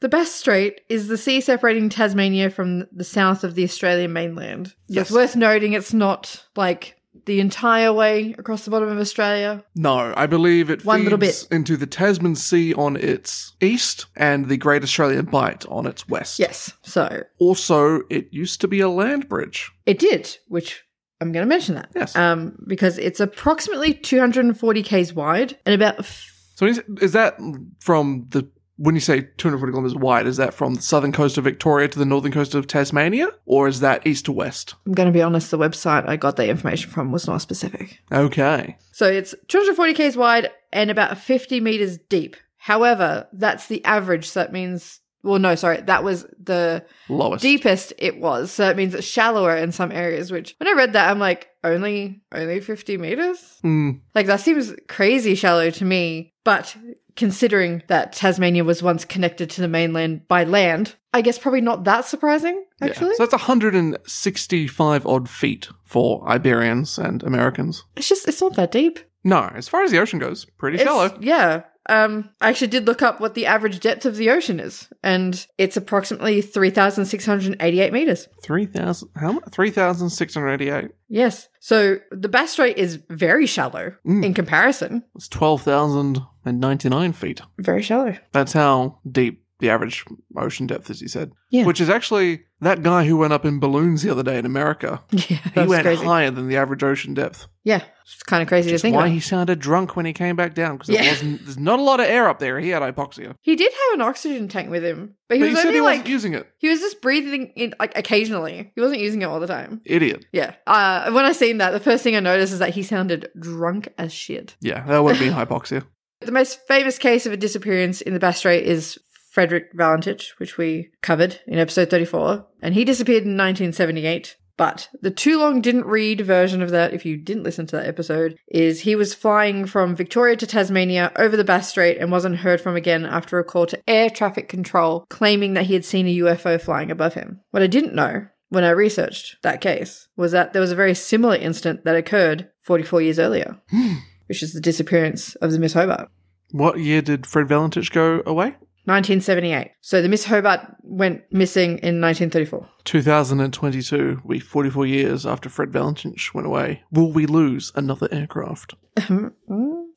Speaker 1: The Bass Strait is the sea separating Tasmania from the south of the Australian mainland. So
Speaker 2: Yes.
Speaker 1: It's worth noting it's not like the entire way across the bottom of Australia.
Speaker 2: No, I believe it
Speaker 1: One
Speaker 2: feeds
Speaker 1: little
Speaker 2: into the Tasman Sea on its east and the Great Australian Bight on its west.
Speaker 1: Yes. So
Speaker 2: Also, it used to be a land bridge.
Speaker 1: It did, which I'm going to mention that.
Speaker 2: Yes.
Speaker 1: Um, because it's approximately 240 k's wide and about. F-
Speaker 2: So is, is that from the when you say 240 kilometers wide, is that from the southern coast of Victoria to the northern coast of Tasmania, or is that east to west?
Speaker 1: I'm going to be honest. The website I got the information from was not specific.
Speaker 2: Okay.
Speaker 1: So it's 240 k's wide and about 50 meters deep. However, that's the average. So that means. Well, no, sorry. That was the
Speaker 2: Lowest.
Speaker 1: deepest it was. So that means it's shallower in some areas. Which, when I read that, I'm like, only only 50 meters.
Speaker 2: Hmm.
Speaker 1: Like that seems crazy shallow to me, but considering that Tasmania was once connected to the mainland by land, I guess probably not that surprising,
Speaker 2: Yeah.
Speaker 1: actually.
Speaker 2: So that's 165 odd feet for Iberians and Americans.
Speaker 1: it's just, it's not that deep.
Speaker 2: No, as far as the ocean goes, pretty
Speaker 1: It's-
Speaker 2: shallow.
Speaker 1: Yeah. Um, I actually did look up what the average depth of the ocean is, and it's approximately 3,688 meters.
Speaker 2: 3,000, how much? 3,688.
Speaker 1: Yes. So the Bass Strait is very shallow
Speaker 2: Mm.
Speaker 1: in comparison.
Speaker 2: It's 12,099 feet.
Speaker 1: Very shallow.
Speaker 2: That's how deep the average ocean depth is, he said.
Speaker 1: Yeah.
Speaker 2: Which is actually that guy who went up in balloons the other day in America.
Speaker 1: Yeah.
Speaker 2: He
Speaker 1: That's
Speaker 2: went
Speaker 1: crazy.
Speaker 2: higher than the average ocean depth.
Speaker 1: Yeah. It's kind of crazy to
Speaker 2: That's
Speaker 1: think
Speaker 2: why
Speaker 1: about.
Speaker 2: he sounded drunk when he came back down because
Speaker 1: Yeah.
Speaker 2: wasn't there's not a lot of air up there. He had hypoxia.
Speaker 1: He did have an oxygen tank with him, but he
Speaker 2: But he
Speaker 1: was
Speaker 2: said
Speaker 1: only
Speaker 2: he
Speaker 1: like
Speaker 2: wasn't using it.
Speaker 1: he was just breathing in like occasionally. He wasn't using it all the time.
Speaker 2: Idiot.
Speaker 1: Yeah. Uh, when I seen that, the first thing I noticed is that he sounded drunk as shit.
Speaker 2: Yeah, that would be hypoxia.
Speaker 1: The most famous case of a disappearance in the Bass Strait is Frederick Valentich, which we covered in episode 34. And he disappeared in 1978. But the too long didn't read version of that, if you didn't listen to that episode, is he was flying from Victoria to Tasmania over the Bass Strait and wasn't heard from again after a call to air traffic control claiming that he had seen a UFO flying above him. What I didn't know when I researched that case was that there was a very similar incident that occurred 44 years earlier, which is the disappearance of the Miss Hobart.
Speaker 2: What year did Fred Valentich go away?
Speaker 1: 1978. So the Miss Hobart went missing in 1934.
Speaker 2: 2022, we 44 years after Fred Valentich went away. Will we lose another aircraft?
Speaker 1: I,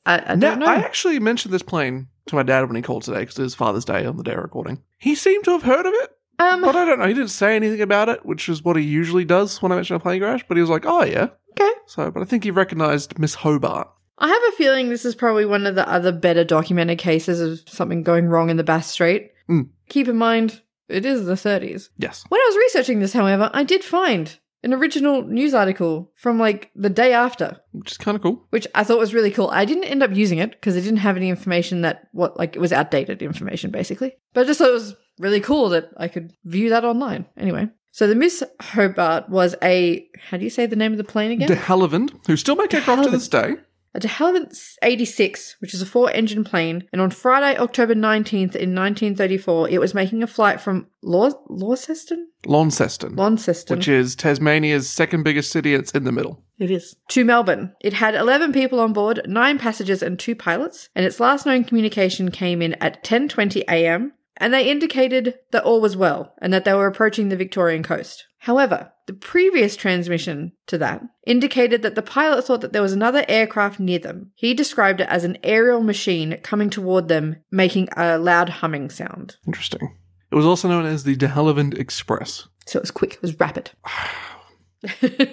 Speaker 1: I
Speaker 2: Now,
Speaker 1: don't know.
Speaker 2: I actually mentioned this plane to my dad when he called today because it is Father's Day on the day of recording. He seemed to have heard of it,
Speaker 1: um,
Speaker 2: but I don't know. He didn't say anything about it, which is what he usually does when I mention a plane crash. But he was like, "Oh yeah,
Speaker 1: Okay.
Speaker 2: So, but I think he recognized Miss Hobart.
Speaker 1: I have a feeling this is probably one of the other better documented cases of something going wrong in the Bass Strait.
Speaker 2: Mm.
Speaker 1: Keep in mind, it is the 30s.
Speaker 2: Yes.
Speaker 1: When I was researching this, however, I did find an original news article from like the day after,
Speaker 2: which is kind of cool.
Speaker 1: which I thought was really cool. I didn't end up using it because it didn't have any information that what like it was outdated information basically. But I just thought it was really cool that I could view that online. Anyway, so the Miss Hobart was a how do you say the name of the plane
Speaker 2: De
Speaker 1: again?
Speaker 2: Havilland, who still make
Speaker 1: De
Speaker 2: aircraft to this day.
Speaker 1: a De Havilland 86, which is a four-engine plane, and on Friday, October 19th in 1934, it was making a flight from Law- Launceston,
Speaker 2: Launceston,
Speaker 1: Launceston,
Speaker 2: which is Tasmania's second biggest city. It's in the middle.
Speaker 1: It is. To Melbourne. It had 11 people on board, 9 passengers and 2 pilots, and its last known communication came in at 10:20 a.m. and they indicated that all was well and that they were approaching the Victorian coast. However, the previous transmission to that indicated that the pilot thought that there was another aircraft near them. He described it as an aerial machine coming toward them, making a loud humming sound.
Speaker 2: Interesting. It was also known as the De Havilland Express.
Speaker 1: So it was quick, it was rapid.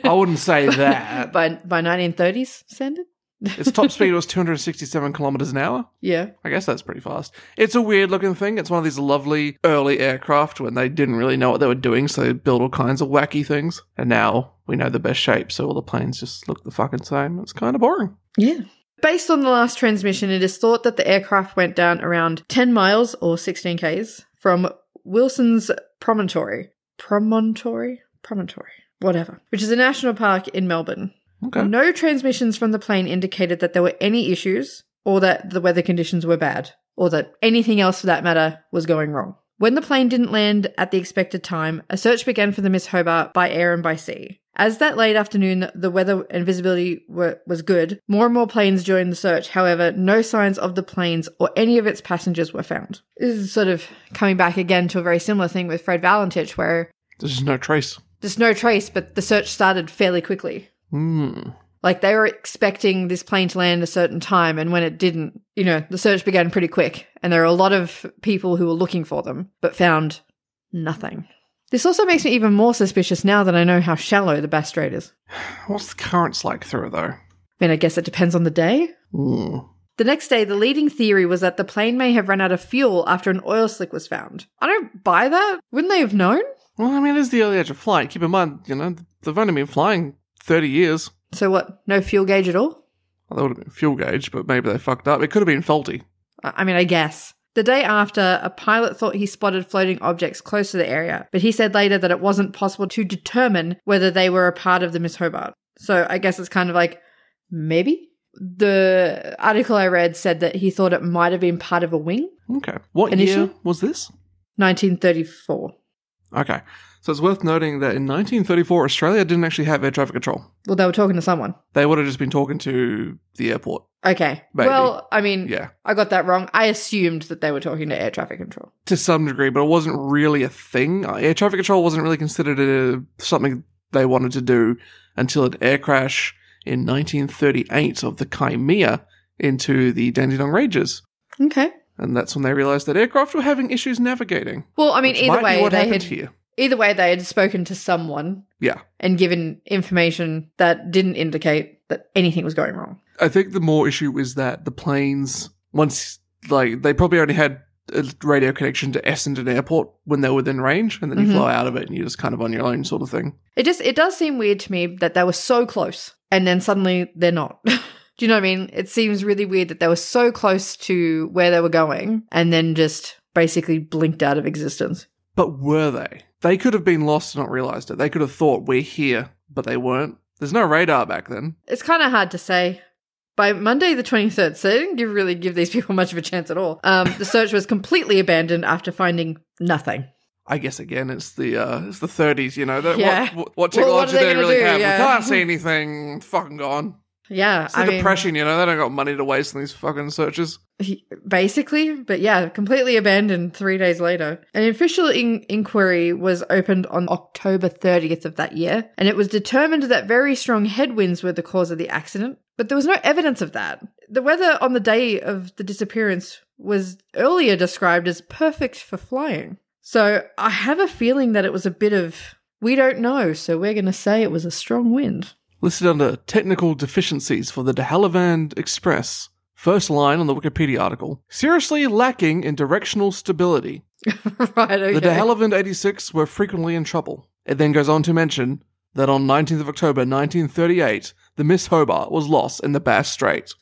Speaker 2: I wouldn't say that.
Speaker 1: by by 1930s standard?
Speaker 2: its top speed was 267 kilometers an hour.
Speaker 1: Yeah.
Speaker 2: I guess that's pretty fast. It's a weird looking thing. It's one of these lovely early aircraft when they didn't really know what they were doing, so they built all kinds of wacky things. And now we know the best shape, so all the planes just look the fucking same. It's kind of boring.
Speaker 1: Yeah. Based on the last transmission, it is thought that the aircraft went down around 10 miles or 16 Ks from Wilson's Promontory. Promontory? Promontory. Whatever. Which is a national park in Melbourne.
Speaker 2: Okay.
Speaker 1: No transmissions from the plane indicated that there were any issues or that the weather conditions were bad or that anything else for that matter was going wrong. When the plane didn't land at the expected time, a search began for the Miss Hobart by air and by sea. As that late afternoon, the weather and visibility were, was good. More and more planes joined the search. However, no signs of the planes or any of its passengers were found. This is sort of coming back again to a very similar thing with Fred Valentich, where
Speaker 2: There's just no trace.
Speaker 1: there's no trace, but the search started fairly quickly.
Speaker 2: Hmm.
Speaker 1: Like they were expecting this plane to land a certain time, and when it didn't, you know, the search began pretty quick, and there were a lot of people who were looking for them, but found nothing. This also makes me even more suspicious now that I know how shallow the Bass Strait is.
Speaker 2: What's the currents like through it, though?
Speaker 1: I mean, I guess it depends on the day.
Speaker 2: Mm.
Speaker 1: The next day, the leading theory was that the plane may have run out of fuel after an oil slick was found. I don't buy that. Wouldn't they have known?
Speaker 2: Well, I mean, it is the early age of flight. Keep in mind, you know, they've only been flying 30 years.
Speaker 1: So what? No fuel gauge at all?
Speaker 2: Well, that would have been fuel gauge, but maybe they fucked up. It could have been faulty.
Speaker 1: I I mean, I guess. The day after, a pilot thought he spotted floating objects close to the area, but he said later that it wasn't possible to determine whether they were a part of the Miss Hobart. So I guess it's kind of like, maybe? the article I read said that he thought it might have been part of a wing.
Speaker 2: Okay. What
Speaker 1: Initial?
Speaker 2: year was this?
Speaker 1: 1934.
Speaker 2: Okay. So it's worth noting that in 1934, Australia didn't actually have air traffic control.
Speaker 1: Well, they were talking to someone.
Speaker 2: They would have just been talking to the airport.
Speaker 1: Okay.
Speaker 2: Maybe.
Speaker 1: Well, I mean,
Speaker 2: Yeah.
Speaker 1: I got that wrong. I assumed that they were talking to air traffic control.
Speaker 2: To some degree, but it wasn't really a thing. Uh, Air traffic control wasn't really considered a, something they wanted to do until an air crash in 1938 of the Crimea into the Dandenong Ranges.
Speaker 1: Okay.
Speaker 2: And that's when they realized that aircraft were having issues navigating.
Speaker 1: Well, I mean,
Speaker 2: which might
Speaker 1: either
Speaker 2: be
Speaker 1: way,
Speaker 2: what
Speaker 1: they had
Speaker 2: happened here.
Speaker 1: either way they had spoken to someone.
Speaker 2: Yeah.
Speaker 1: And given information that didn't indicate that anything was going wrong.
Speaker 2: I think the more issue is that the planes once like they probably only had a radio connection to Essendon Airport when they were within range, and then
Speaker 1: Mhm.
Speaker 2: you fly out of it and you're just kind of on your own sort of thing.
Speaker 1: It just it does seem weird to me that they were so close and then suddenly they're not. Do you know what I mean? It seems really weird that they were so close to where they were going and then just basically blinked out of existence.
Speaker 2: But were they? They could have been lost and not realized it. They could have thought we're here, but they weren't. There's no radar back then.
Speaker 1: It's kind of hard to say. By Monday the 23rd, so they didn't give, really give these people much of a chance at all. Um, the search was completely abandoned after finding nothing.
Speaker 2: I guess again, it's the uh, it's the 30s. You know, that,
Speaker 1: Yeah.
Speaker 2: what, what
Speaker 1: Well,
Speaker 2: technology
Speaker 1: what are they
Speaker 2: they,
Speaker 1: gonna
Speaker 2: really
Speaker 1: do?
Speaker 2: have?
Speaker 1: Yeah.
Speaker 2: We can't see anything. Fucking gone.
Speaker 1: Yeah,
Speaker 2: It's the
Speaker 1: I mean-
Speaker 2: depression. you know, they don't got money to waste on these fucking searches.
Speaker 1: he, basically, but yeah, completely abandoned three days later. An official in- inquiry was opened on October 30th of that year, and it was determined that very strong headwinds were the cause of the accident, but there was no evidence of that. The weather on the day of the disappearance was earlier described as perfect for flying. So I have a feeling that it was a bit of, we don't know, so we're going to say it was a strong wind.
Speaker 2: listed under technical deficiencies for the de Havilland Express. First line on the Wikipedia article. Seriously lacking in directional stability.
Speaker 1: right, okay.
Speaker 2: The de Havilland 86 were frequently in trouble. It then goes on to mention that on 19th of October 1938, the Miss Hobart was lost in the Bass Strait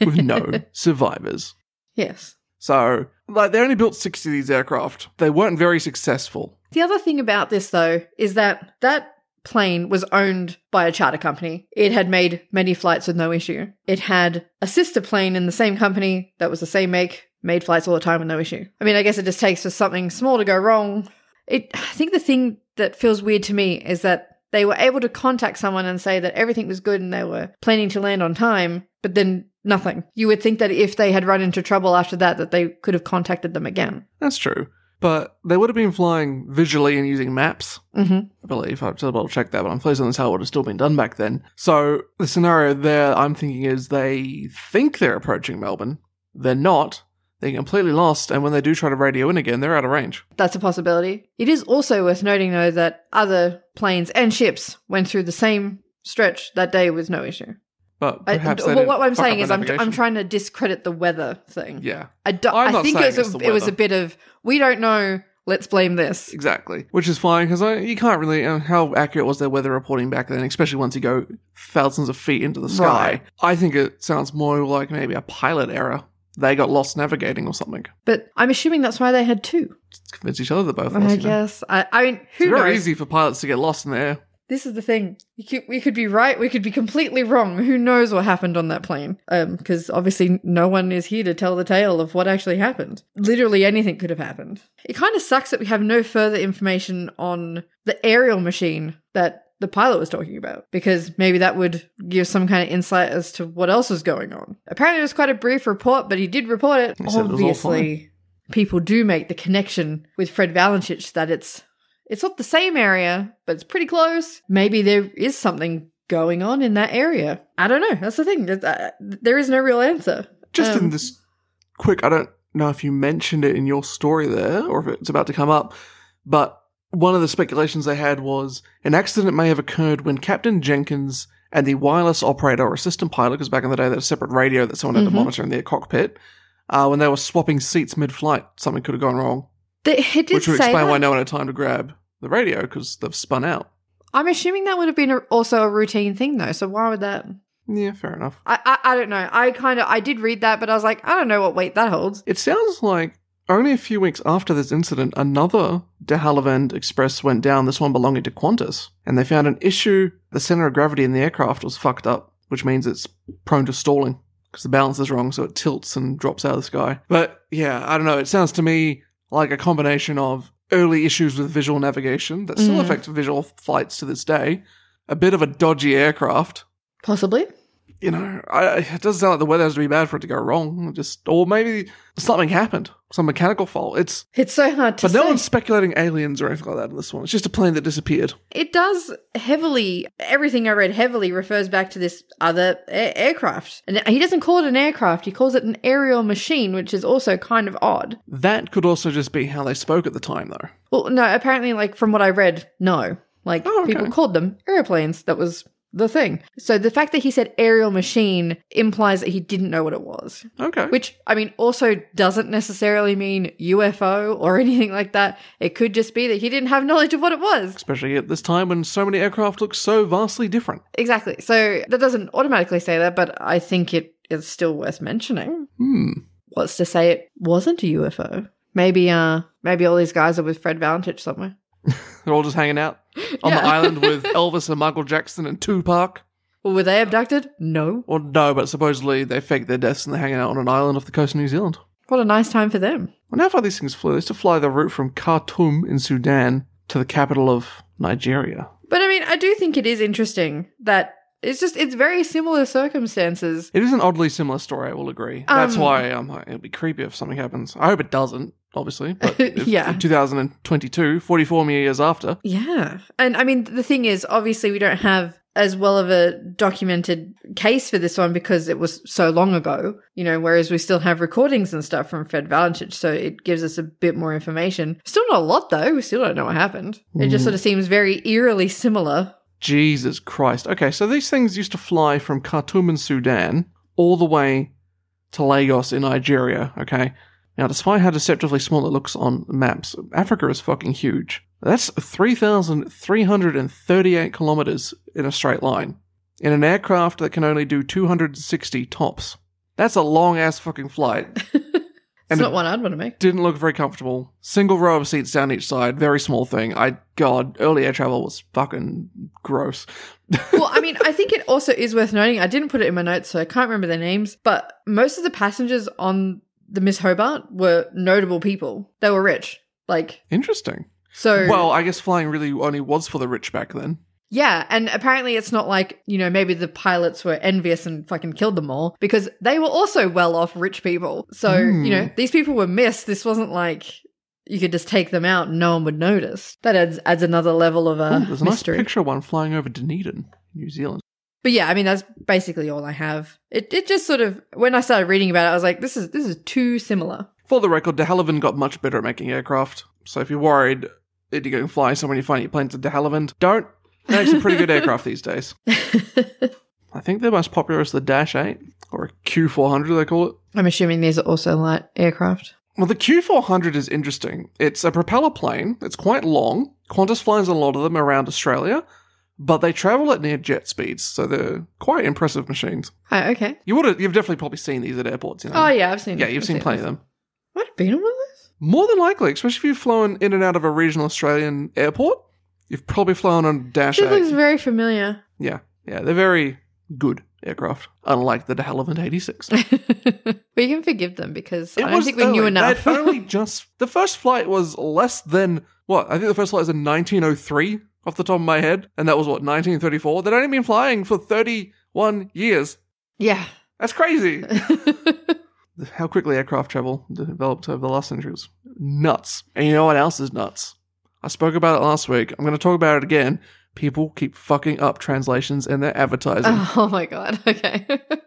Speaker 2: with no survivors.
Speaker 1: yes.
Speaker 2: So, like, they only built 60 of these aircraft. They weren't very successful.
Speaker 1: The other thing about this, though, is that that plane was owned by a charter company. It had made many flights with no issue. It had a sister plane in the same company that was the same make, made flights all the time with no issue. I mean, I guess it just takes for something small to go wrong. It, I think the thing that feels weird to me is that they were able to contact someone and say that everything was good and they were planning to land on time, but then nothing. You would think that if they had run into trouble after that, that they could have contacted them again.
Speaker 2: That's true. But they would have been flying visually and using maps.
Speaker 1: hmm
Speaker 2: I believe. I've double checked that, but I'm pleased on this how it would have still been done back then. So the scenario there I'm thinking is they think they're approaching Melbourne. They're not. They're completely lost, and when they do try to radio in again, they're out of range.
Speaker 1: That's a possibility. It is also worth noting, though, that other planes and ships went through the same stretch that day with no issue.
Speaker 2: But
Speaker 1: I,
Speaker 2: perhaps they
Speaker 1: well,
Speaker 2: didn't
Speaker 1: what I'm
Speaker 2: fuck up
Speaker 1: saying
Speaker 2: the
Speaker 1: is, I'm, I'm
Speaker 2: navigation.
Speaker 1: trying to discredit the weather thing.
Speaker 2: Yeah,
Speaker 1: I, do,
Speaker 2: I'm
Speaker 1: I
Speaker 2: not
Speaker 1: think
Speaker 2: saying
Speaker 1: it
Speaker 2: it's
Speaker 1: was, a,
Speaker 2: the
Speaker 1: it was a
Speaker 2: weather.
Speaker 1: bit of, we don't know, let's blame this.
Speaker 2: exactly. Which is fine because you can't really. Uh, how accurate was their weather reporting back then? Especially once you go thousands of feet into the sky.
Speaker 1: Right.
Speaker 2: I think it sounds more like maybe a pilot error. They got lost navigating or something.
Speaker 1: But I'm assuming that's why they had two.
Speaker 2: Just convince each other that both. lost,
Speaker 1: I
Speaker 2: you know.
Speaker 1: guess. I, I mean, Uh, who
Speaker 2: It's very
Speaker 1: knows?
Speaker 2: easy for pilots to get lost in the air.
Speaker 1: This is the thing. You could, we could be right. We could be completely wrong. Who knows what happened on that plane? Because obviously, no one is here to tell the tale of what actually happened. Literally, anything could have happened. It kind of sucks that we have no further information on the aerial machine that the pilot was talking about, because maybe that would give some kind of insight as to what else was going on. Apparently, it was quite a brief report, but he did report it.
Speaker 2: He said it was all fine.
Speaker 1: obviously, people do make the connection with Fred Valenchich that it's it's not the same area, but it's pretty close. Maybe there is something going on in that area. I don't know. That's the thing. That- uh, There is no real answer.
Speaker 2: Just
Speaker 1: Um,
Speaker 2: in this quick, I don't know if you mentioned it in your story there or if it's about to come up, but one of the speculations they had was an accident may have occurred when Captain Jenkins and the wireless operator or assistant pilot, because back in the day they had a separate radio that someone had
Speaker 1: Mhm.
Speaker 2: to monitor in their cockpit, uh, when they were swapping seats mid flight, something could have gone wrong,
Speaker 1: They- it did
Speaker 2: which would
Speaker 1: say
Speaker 2: explain
Speaker 1: that.
Speaker 2: why no one had time to grab the radio because they've spun out.
Speaker 1: I'm assuming that would have been a, also a routine thing, though. So why would that?
Speaker 2: Yeah, fair enough.
Speaker 1: I I, I don't know. I kind of I did read that, but I was like, I don't know what weight that holds.
Speaker 2: It sounds like only a few weeks after this incident, another de Havilland Express went down, this one belonging to Qantas, and they found an issue. The center of gravity in the aircraft was fucked up. which means it's prone to stalling because the balance is wrong, so it tilts and drops out of the sky. But yeah, I don't know. It sounds to me like a combination of early issues with visual navigation that still
Speaker 1: Mm.
Speaker 2: affect visual flights to this day, a bit of a dodgy aircraft.
Speaker 1: Possibly.
Speaker 2: You know, I, it doesn't sound like the weather has to be bad for it to go wrong. Just or maybe something happened, some mechanical fault. It's
Speaker 1: It's so hard to
Speaker 2: but no
Speaker 1: say.
Speaker 2: one's speculating aliens or anything like that in this one. It's just a plane that disappeared.
Speaker 1: It does heavily, everything I read heavily refers back to this other a- aircraft. And he doesn't call it an aircraft, he calls it an aerial machine, which is also kind of odd.
Speaker 2: That could also just be how they spoke at the time, though.
Speaker 1: Well, no, apparently, like from what I read, no. Like
Speaker 2: Oh, okay.
Speaker 1: people called them airplanes. That was the thing. So the fact that he said aerial machine implies that he didn't know what it was,
Speaker 2: Okay.
Speaker 1: which I mean also doesn't necessarily mean UFO or anything like that. It could just be that he didn't have knowledge of what it was.
Speaker 2: Especially at this time when so many aircraft look so vastly different.
Speaker 1: Exactly. So that doesn't automatically say that, but I think it is still worth mentioning.
Speaker 2: Hmm.
Speaker 1: What's to say it wasn't a UFO? Maybe uh maybe all these guys are with Fred Valentich somewhere.
Speaker 2: They're all just hanging out on
Speaker 1: Yeah.
Speaker 2: the island with Elvis and Michael Jackson and Tupac.
Speaker 1: Were they abducted? No.
Speaker 2: Or no, but supposedly they faked their deaths and they're hanging out on an island off the coast of New Zealand.
Speaker 1: What a nice time for them.
Speaker 2: I wonder how far these things flew. They used to fly the route from Khartoum in Sudan to the capital of Nigeria.
Speaker 1: But I mean, I do think it is interesting that it's just it's very similar circumstances.
Speaker 2: It is an oddly similar story, I will agree. That's
Speaker 1: Um,
Speaker 2: why um, it'll be creepy if something happens. I hope it doesn't, obviously. But if-
Speaker 1: Yeah.
Speaker 2: in 2022, 44 years after,
Speaker 1: Yeah. And I mean, the thing is, obviously, we don't have as well of a documented case for this one because it was so long ago, you know, whereas we still have recordings and stuff from Fred Valentich. So it gives us a bit more information. Still not a lot, though. We still don't know what happened. It just
Speaker 2: Mm.
Speaker 1: sort of seems very eerily similar.
Speaker 2: Jesus Christ. Okay, so these things used to fly from Khartoum in Sudan all the way to Lagos in Nigeria, okay? Now, despite how deceptively small it looks on maps, Africa is fucking huge. That's 3,338 kilometers in a straight line. In an aircraft that can only do 260 tops. That's a long ass fucking flight.
Speaker 1: It's
Speaker 2: And
Speaker 1: not
Speaker 2: it-
Speaker 1: one I'd want to make.
Speaker 2: Didn't look very comfortable. Single row of seats down each side, very small thing. I, God, early air travel was fucking gross.
Speaker 1: well, I mean, I think it also is worth noting. I didn't put it in my notes, so I can't remember their names. But most of the passengers on the Miss Hobart were notable people. They were rich, like
Speaker 2: Interesting.
Speaker 1: so.
Speaker 2: Well, I guess flying really only was for the rich back then.
Speaker 1: yeah, and apparently it's not like you know maybe the pilots were envious and fucking killed them all because they were also well off rich people. So
Speaker 2: Hmm.
Speaker 1: you know these people were missed. This wasn't like. You could just take them out and no one would notice. That adds adds another level of uh,
Speaker 2: Ooh, Oh, there's a nice
Speaker 1: mystery.
Speaker 2: picture of one flying over Dunedin, New Zealand.
Speaker 1: But yeah, I mean that's basically all I have. It it just sort of when I started reading about it, I was like, this is this is too similar.
Speaker 2: For the record, De Havilland got much better at making aircraft. So if you're worried that you're going flying somewhere and you find your plane's a De Havilland, don't. They make some pretty good aircraft these days. I think the most popular is the Dash 8 or Q400, they call it.
Speaker 1: I'm assuming these are also light aircraft.
Speaker 2: Well, the Q400 is interesting. It's a propeller plane. It's quite long. Qantas flies a lot of them around Australia, but they travel at near jet speeds, so they're quite impressive machines.
Speaker 1: Oh, okay.
Speaker 2: You would have, you've definitely probably seen these at airports. You know?
Speaker 1: Oh yeah, I've seen.
Speaker 2: yeah,
Speaker 1: it.
Speaker 2: you've
Speaker 1: I've
Speaker 2: seen plenty
Speaker 1: it.
Speaker 2: of them.
Speaker 1: Might have been on one of those.
Speaker 2: More than likely, especially if you've flown in and out of a regional Australian airport, you've probably flown on Dash
Speaker 1: It looks
Speaker 2: 8.
Speaker 1: very familiar.
Speaker 2: Yeah, yeah, they're very good aircraft, unlike the de Havilland 86.
Speaker 1: we can forgive them because I don't think we knew
Speaker 2: early.
Speaker 1: enough.
Speaker 2: They'd only just the first flight was less than what I think the first flight was in 1903 off the top of my head, and that was what 1934. They'd only been flying for 31 years.
Speaker 1: yeah.
Speaker 2: That's crazy. How quickly aircraft travel developed over the last century was nuts. And you know what else is nuts? I spoke about it last week. I'm going to talk about it again. People keep fucking up translations and their advertising.
Speaker 1: oh my god. Okay.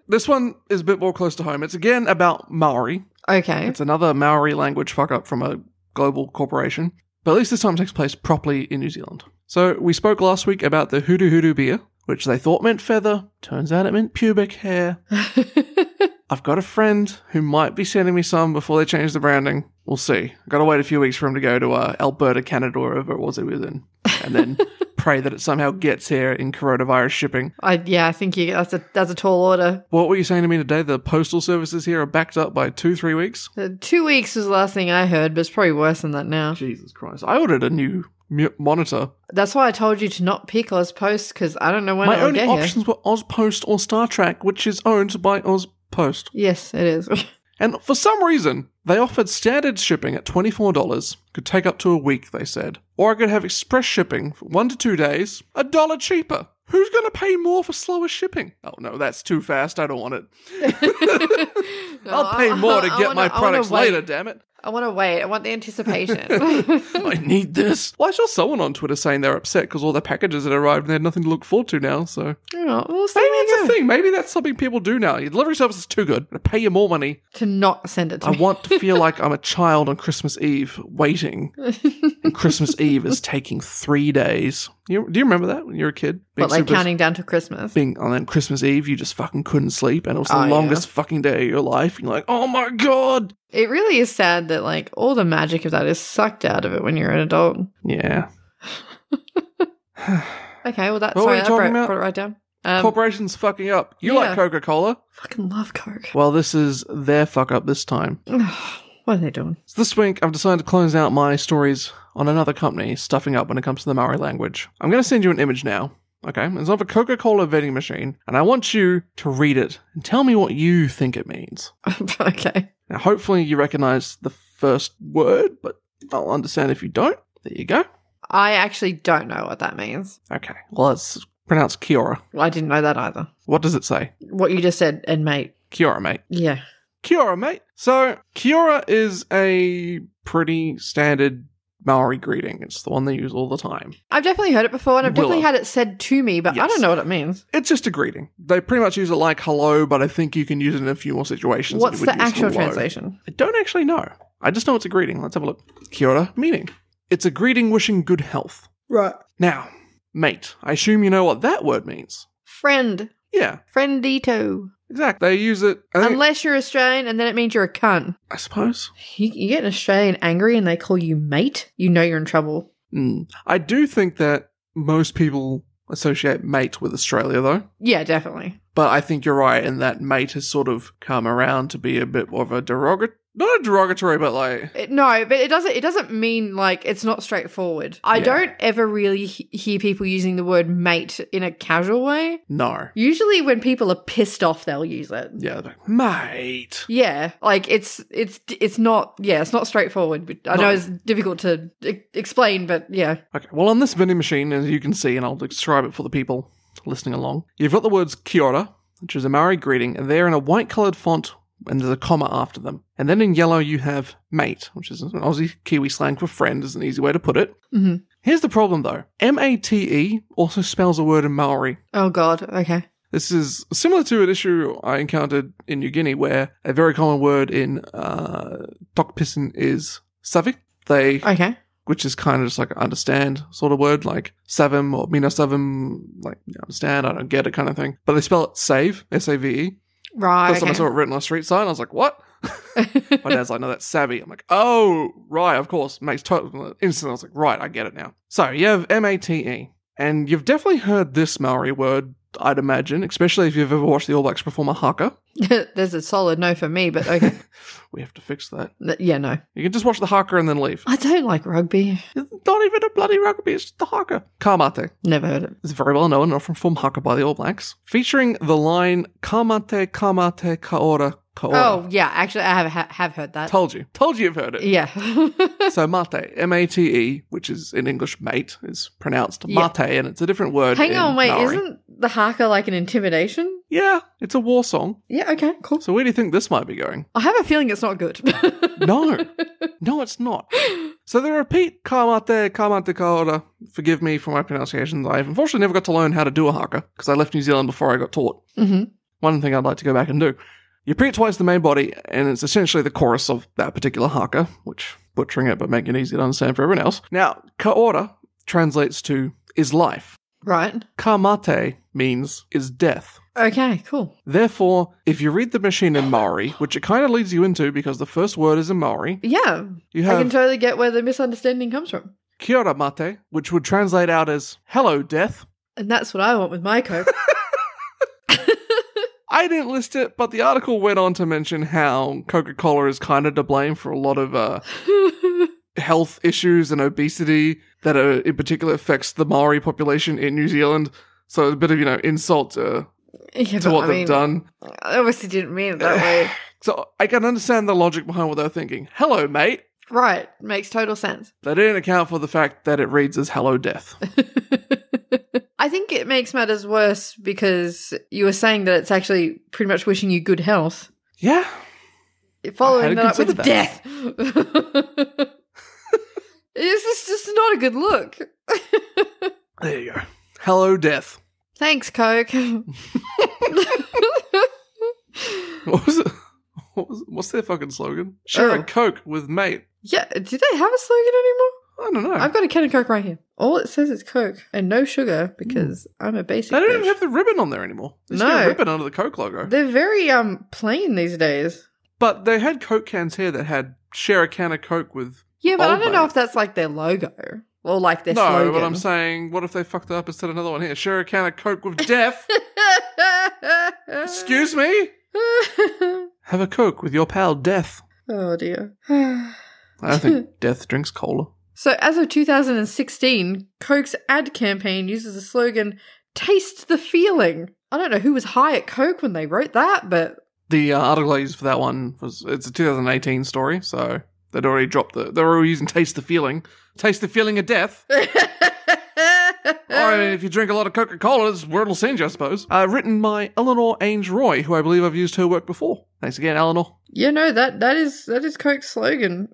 Speaker 2: This one is a bit more close to home. It's again about Maori.
Speaker 1: okay.
Speaker 2: It's another Maori language fuck up from a global corporation, but at least this time it takes place properly in New Zealand. So we spoke last week about the hoodoo hoodoo beer, which they thought meant feather. Turns out it meant pubic hair. I've got a friend who might be sending me some before they change the branding. We'll see. I've got to wait a few weeks for him to go to uh, Alberta, Canada, or wherever it was he was in, and then pray that it somehow gets here in coronavirus shipping.
Speaker 1: I yeah, I think you that's a that's a tall order.
Speaker 2: What were you saying to me today? The postal services here are backed up by two, three weeks?
Speaker 1: Uh, Two weeks was the last thing I heard, but it's probably worse than that now.
Speaker 2: Jesus Christ. I ordered a new mu- monitor.
Speaker 1: That's why I told you to not pick Oz Post because I don't know when
Speaker 2: My
Speaker 1: I'll
Speaker 2: only
Speaker 1: get
Speaker 2: options were Ozpost or Star Trek, which is owned by Ozpost.
Speaker 1: here. Yes, it is.
Speaker 2: And for some reason, they offered standard shipping at $24. Could take up to a week, they said. Or I could have express shipping for one to two days, a dollar cheaper. Who's going to pay more for slower shipping? Oh no, that's too fast. I don't want it.
Speaker 1: No,
Speaker 2: I'll pay
Speaker 1: I-
Speaker 2: more to
Speaker 1: Oh, I
Speaker 2: get
Speaker 1: wanna-
Speaker 2: my
Speaker 1: I wanna
Speaker 2: products
Speaker 1: wait.
Speaker 2: later, damn it.
Speaker 1: I want to wait. I want the anticipation. Oh,
Speaker 2: I need this. Well, I saw someone on Twitter saying they're upset because all their packages had arrived and they had nothing to look forward to now, so.
Speaker 1: Oh, we'll see
Speaker 2: Maybe
Speaker 1: how it
Speaker 2: it's a
Speaker 1: goes.
Speaker 2: thing. Maybe that's something people do now. Your delivery service is too good. I'm going to pay you more money.
Speaker 1: To not send it to
Speaker 2: I
Speaker 1: me.
Speaker 2: want to feel like I'm a child on Christmas Eve waiting. And Christmas Eve is taking three days. You, do you remember that when you were a kid?
Speaker 1: but like
Speaker 2: super-
Speaker 1: counting down to Christmas.
Speaker 2: Being on then Christmas Eve, you just fucking couldn't sleep, and it was the
Speaker 1: Oh, yeah.
Speaker 2: longest fucking day of your life. You're like, oh my god.
Speaker 1: It really is sad that like all the magic of that is sucked out of it when you're an adult.
Speaker 2: Yeah.
Speaker 1: Okay, well that's
Speaker 2: What were
Speaker 1: sorry,
Speaker 2: you
Speaker 1: I
Speaker 2: talking
Speaker 1: brought,
Speaker 2: about?
Speaker 1: brought it right down. Um,
Speaker 2: Corporations fucking up. You like
Speaker 1: yeah.
Speaker 2: Coca Cola?
Speaker 1: fucking love Coke.
Speaker 2: Well, this is their fuck up this time.
Speaker 1: what are they doing?
Speaker 2: So this week, I've decided to close out my stories on another company stuffing up when it comes to the Maori language. I'm going to send you an image now. Okay, it's of a Coca Cola vending machine, and I want you to read it and tell me what you think it means.
Speaker 1: okay.
Speaker 2: Now, hopefully, you recognize the first word, but I'll understand if you don't. There you go.
Speaker 1: I actually don't know what that means.
Speaker 2: Okay, well, it's pronounced Kiora.
Speaker 1: Well, I didn't know that either.
Speaker 2: What does it say?
Speaker 1: What you just said, and mate.
Speaker 2: Kiora, mate.
Speaker 1: Yeah.
Speaker 2: Kiora, mate. So, Kiora is a pretty standard Maori greeting. It's the one they use all the time.
Speaker 1: I've definitely heard it before, and I've definitely
Speaker 2: Willow.
Speaker 1: had it said to me, but I
Speaker 2: Yes.
Speaker 1: don't know what it means.
Speaker 2: It's just a greeting. They pretty much use it like hello, but I think you can use it in a few more situations. than
Speaker 1: What's
Speaker 2: you would
Speaker 1: the
Speaker 2: use
Speaker 1: actual
Speaker 2: hello.
Speaker 1: translation?
Speaker 2: I don't actually know. I just know it's a greeting. Let's have a look. Kia ora, meaning. It's a greeting wishing good health.
Speaker 1: Right.
Speaker 2: Now, mate, I assume you know what that word means.
Speaker 1: Friend.
Speaker 2: Yeah,
Speaker 1: Friendito.
Speaker 2: exactly. They use it, I, think-
Speaker 1: Unless you're Australian, and then it means you're a cunt.
Speaker 2: I suppose.
Speaker 1: You, you get an Australian angry and they call you mate, you know you're in trouble.
Speaker 2: Hmm. I do think that most people associate mate with Australia, though.
Speaker 1: Yeah, definitely.
Speaker 2: But I think you're right in that mate has sort of come around to be a bit more of a derogatory, not a derogatory, but like
Speaker 1: It, no, but it doesn't. It doesn't mean like it's not straightforward. I
Speaker 2: Yeah.
Speaker 1: don't ever really he- hear people using the word mate in a casual way.
Speaker 2: no.
Speaker 1: Usually, when people are pissed off, they'll use it.
Speaker 2: Yeah, they're like, mate.
Speaker 1: Yeah, like it's it's it's not. Yeah, it's not straightforward. But I know
Speaker 2: No.
Speaker 1: it's difficult to e- explain, but yeah,
Speaker 2: Okay, well, on this vending machine, as you can see, and I'll describe it for the people listening along, you've got the words kia ora, which is a Maori greeting, and they're in a white coloured font, and there's a comma after them. And then in yellow, you have mate, which is an Aussie Kiwi slang for friend, is an easy way to put it.
Speaker 1: Mhm.
Speaker 2: Here's the problem, though M A T E also spells a word in Maori.
Speaker 1: Oh God. Okay.
Speaker 2: This is similar to an issue I encountered in New Guinea, where a very common word in uh, Tokpisin is savi. They
Speaker 1: Okay.
Speaker 2: which is kind of just like understand sort of word, like savim or mina savim, like I understand, I don't get it kind of thing. But they spell it save, S A V E.
Speaker 1: Right.
Speaker 2: First time I saw it written on a street sign, I was like, what?
Speaker 1: okay.
Speaker 2: My dad's like, no, that's savvy. I'm like, oh, right, of course. Makes total instant. I was like, right, I get it now. So you have M A T E, and you've definitely heard this Maori word, I'd imagine, especially if you've ever watched the All Blacks perform a haka.
Speaker 1: There's a solid no for me, but okay.
Speaker 2: We have to fix that.
Speaker 1: Th- yeah, no.
Speaker 2: You can just watch the haka and then leave.
Speaker 1: I don't like rugby.
Speaker 2: It's not even a bloody rugby, it's just the haka. Kamate.
Speaker 1: Never heard it.
Speaker 2: It's very well known and from From Haka by the All Blacks, featuring the line Kamate Kamate Kaora Kaora.
Speaker 1: Oh yeah, actually, I have ha- have heard that.
Speaker 2: Told you. Told you you've heard it.
Speaker 1: yeah,
Speaker 2: so mate, M A T E, which is in English mate, is pronounced
Speaker 1: Yeah.
Speaker 2: mate, and it's a different word.
Speaker 1: hang
Speaker 2: in
Speaker 1: on, wait,
Speaker 2: Maori.
Speaker 1: isn't the haka like an intimidation?
Speaker 2: Yeah, it's a war song.
Speaker 1: Yeah, okay, cool.
Speaker 2: So where do you think this might be going?
Speaker 1: I have a feeling it's not good.
Speaker 2: No. no, it's not. So they repeat Kamate Kamate Kaora. Forgive me for my pronunciations. I've unfortunately never got to learn how to do a haka because I left New Zealand before I got taught.
Speaker 1: hmm
Speaker 2: one thing I'd like to go back and do. You repeat twice the main body, and it's essentially the chorus of that particular haka, which butchering it but making it easy to understand for everyone else. Now, kaora translates to is life.
Speaker 1: Right.
Speaker 2: Kamate means is death.
Speaker 1: Okay, cool.
Speaker 2: Therefore, if you read the machine in Maori, which it kind of leads you into because the first word is in Maori,
Speaker 1: Yeah,
Speaker 2: you
Speaker 1: I can
Speaker 2: have
Speaker 1: totally get where the misunderstanding comes from.
Speaker 2: kia ora mate, which would translate out as hello death.
Speaker 1: And that's what I want with my coke.
Speaker 2: I didn't list it, but the article went on to mention how Coca Cola is kind of to blame for a lot of uh, health issues and obesity that are, in particular affects the Maori population in New Zealand. So a bit of you know insult to,
Speaker 1: Yeah,
Speaker 2: to
Speaker 1: but
Speaker 2: what
Speaker 1: I
Speaker 2: they've
Speaker 1: mean,
Speaker 2: done.
Speaker 1: I obviously didn't mean it that way.
Speaker 2: So I can understand the logic behind what they're thinking. Hello, mate.
Speaker 1: Right. Makes total sense.
Speaker 2: They didn't account for the fact that it reads as "Hello, Death."
Speaker 1: I think it makes matters worse because you were saying that it's actually pretty much wishing you good health.
Speaker 2: yeah,
Speaker 1: Following that up
Speaker 2: hadn't
Speaker 1: with
Speaker 2: considered
Speaker 1: death. this is just not a good look.
Speaker 2: there you go. Hello, Death.
Speaker 1: Thanks, Coke.
Speaker 2: What was it? What was, what's their fucking slogan? Share
Speaker 1: Oh.
Speaker 2: a Coke with mate.
Speaker 1: yeah, do they have a slogan anymore?
Speaker 2: I don't know.
Speaker 1: I've got a can of Coke right here. All it says is Coke and no sugar because I'm a basic.
Speaker 2: they don't even
Speaker 1: bitch.
Speaker 2: have the ribbon on there anymore. There's no
Speaker 1: No.
Speaker 2: ribbon under the Coke logo.
Speaker 1: They're very um plain these days.
Speaker 2: But they had Coke cans here that had share a can of Coke with.
Speaker 1: Yeah, but I
Speaker 2: Old
Speaker 1: don't know
Speaker 2: mate.
Speaker 1: if that's like their logo or like their
Speaker 2: no,
Speaker 1: slogan.
Speaker 2: but I'm saying, what if they fucked it up and said another one here? Share a can of Coke with death. Excuse me? Have a Coke with your pal Death.
Speaker 1: oh dear.
Speaker 2: I don't think Death drinks cola.
Speaker 1: So as of 2016, Coke's ad campaign uses the slogan "Taste the feeling." I don't know who was high at Coke when they wrote that, but
Speaker 2: The uh, article I used for that one was it's a 2018 story, so they'd already dropped the. They were already using Taste the Feeling. Taste the Feeling of Death. Or,
Speaker 1: Uh.
Speaker 2: I mean, if you drink a lot of Coca Cola, this word will send you, I suppose. Uh, written by Eleanor Ainge Roy, who I believe I've used her work before. Thanks again, Eleanor.
Speaker 1: you know that that is that is Coke's slogan.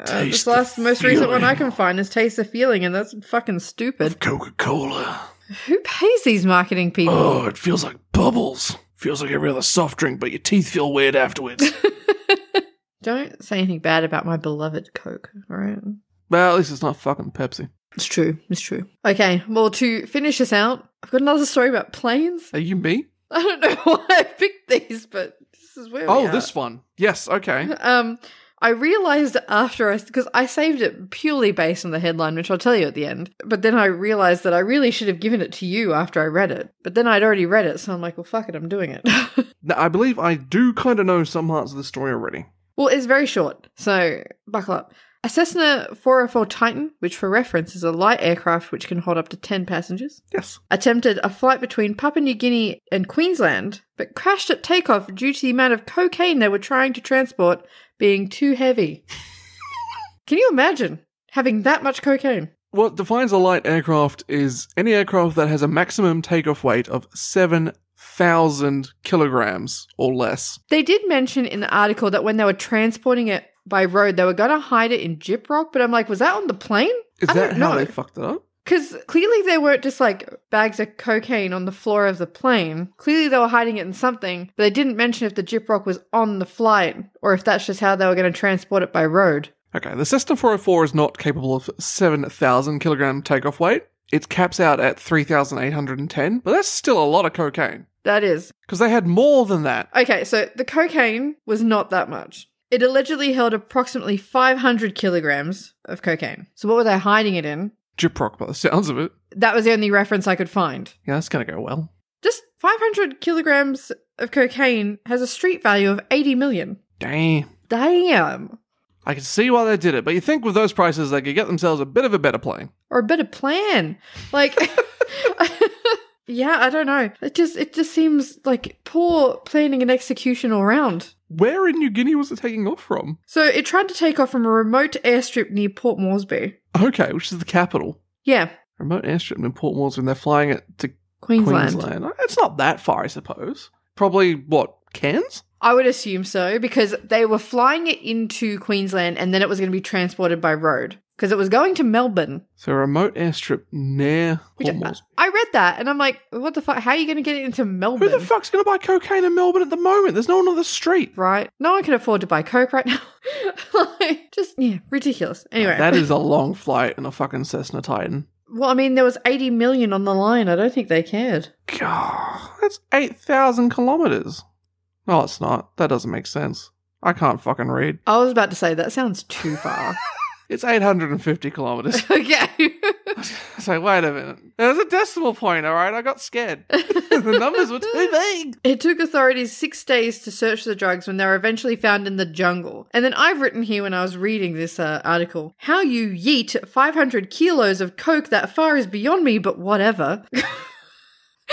Speaker 1: Uh,
Speaker 2: Taste
Speaker 1: this
Speaker 2: the
Speaker 1: last most recent one I
Speaker 2: feeling.
Speaker 1: can find is "Taste the feeling," and that's fucking stupid.
Speaker 2: Coca Cola.
Speaker 1: Who pays these marketing people?
Speaker 2: Oh, it feels like bubbles. Feels like every other soft drink, but your teeth feel weird afterwards.
Speaker 1: Don't say anything bad about my beloved Coke, all right?
Speaker 2: well, at least it's not fucking Pepsi.
Speaker 1: It's true. It's true. Okay, well, to finish this out, I've got another story about planes.
Speaker 2: Are you me?
Speaker 1: I don't know why I picked these, but this is where.
Speaker 2: Oh,
Speaker 1: we are.
Speaker 2: this one. Yes, okay.
Speaker 1: Um, I realized after I because I saved it purely based on the headline, which I'll tell you at the end. But then I realized that I really should have given it to you after I read it. But then I'd already read it, so I'm like, well, fuck it, I'm doing it.
Speaker 2: Now, I believe I do kind of know some parts of this story already.
Speaker 1: Well, it's very short, so buckle up. A Cessna 404 Titan, which for reference is a light aircraft which can hold up to 10 passengers,
Speaker 2: Yes.
Speaker 1: attempted a flight between Papua New Guinea and Queensland, but crashed at takeoff due to the amount of cocaine they were trying to transport being too heavy. can you imagine having that much cocaine?
Speaker 2: What defines a light aircraft is any aircraft that has a maximum takeoff weight of 7,000 kilograms or less.
Speaker 1: They did mention in the article that when they were transporting it by road, they were going to hide it in Gyprock, but I'm like, was that on the plane?
Speaker 2: Is
Speaker 1: I
Speaker 2: that
Speaker 1: don't
Speaker 2: how
Speaker 1: know.
Speaker 2: they fucked it up?
Speaker 1: Because clearly they weren't just like bags of cocaine on the floor of the plane. Clearly they were hiding it in something, but they didn't mention if the Gyprock was on the flight or if that's just how they were going to transport it by road.
Speaker 2: Okay, the Cessna 404 is not capable of 7,000 kilogram takeoff weight. It caps out at 3,810, but that's still a lot of cocaine.
Speaker 1: That is.
Speaker 2: Because they had more than that.
Speaker 1: Okay, so the cocaine was not that much. It allegedly held approximately 500 kilograms of cocaine. So what were they hiding it in?
Speaker 2: Gyprock, by the sounds of it.
Speaker 1: That was the only reference I could find.
Speaker 2: Yeah, that's going to go well.
Speaker 1: Just 500 kilograms of cocaine has a street value of 80 million.
Speaker 2: Damn.
Speaker 1: Damn.
Speaker 2: I can see why they did it, but you think with those prices, they could get themselves a bit of a better plane.
Speaker 1: or a better plan. Like, yeah, I don't know. It just it just seems like poor planning and execution all round.
Speaker 2: Where in New Guinea was it taking off from?
Speaker 1: So it tried to take off from a remote airstrip near Port Moresby.
Speaker 2: Okay, which is the capital.
Speaker 1: Yeah,
Speaker 2: Remote airstrip in Port Moresby, and they're flying it to
Speaker 1: Queensland.
Speaker 2: Queensland. Uh, It's not that far, I suppose. Probably, what, Cairns?
Speaker 1: I would assume so because they were flying it into Queensland and then it was going to be transported by road because it was going to Melbourne.
Speaker 2: So a remote airstrip near
Speaker 1: Which
Speaker 2: Port
Speaker 1: I,
Speaker 2: Moresby.
Speaker 1: I read that and I'm like, what the fuck? How are you going to get it into
Speaker 2: Who
Speaker 1: Melbourne?
Speaker 2: the fuck's going to buy cocaine in Melbourne at the moment? There's no one on the street.
Speaker 1: right? No one can afford to buy coke right now. like, just yeah, ridiculous. Anyway,
Speaker 2: That is a long flight in a fucking Cessna Titan.
Speaker 1: Well, I mean, there was 80 million on the line. I don't think they cared.
Speaker 2: God, that's 8,000 kilometers. No, it's not. That doesn't make sense. I can't fucking read.
Speaker 1: I was about to say that sounds too far.
Speaker 2: It's 850 kilometers.
Speaker 1: okay.
Speaker 2: It's like, wait a minute. There was a decimal point, all right? I got scared. the numbers were too big.
Speaker 1: It took authorities six days to search the drugs when they were eventually found in the jungle. And then I've written here when I was reading this uh, article how you yeet 500 kilos of coke that far is beyond me, but whatever.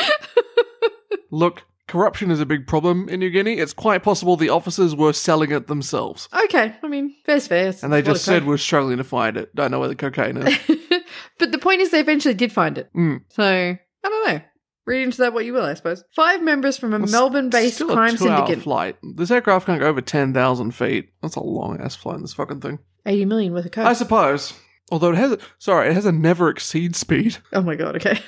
Speaker 2: Look, corruption is a big problem in New Guinea. It's quite possible the officers were selling it themselves.
Speaker 1: okay, I mean, fair's fair. It's
Speaker 2: And they
Speaker 1: a lot
Speaker 2: just
Speaker 1: of coke.
Speaker 2: said, we're struggling to find it. Don't know where the cocaine is.
Speaker 1: but the point is, they eventually did find it.
Speaker 2: Mm.
Speaker 1: So I don't know. Read into that what you will, I suppose. Five members from a
Speaker 2: Well, s-
Speaker 1: Melbourne-based
Speaker 2: Still a
Speaker 1: crime
Speaker 2: two-hour
Speaker 1: syndicate.
Speaker 2: flight. This aircraft can't go over 10,000 feet. That's a long ass flight in this fucking thing.
Speaker 1: 80 million worth of coke.
Speaker 2: I suppose. Although it has, a, sorry, it has a never exceed speed.
Speaker 1: oh my god. Okay.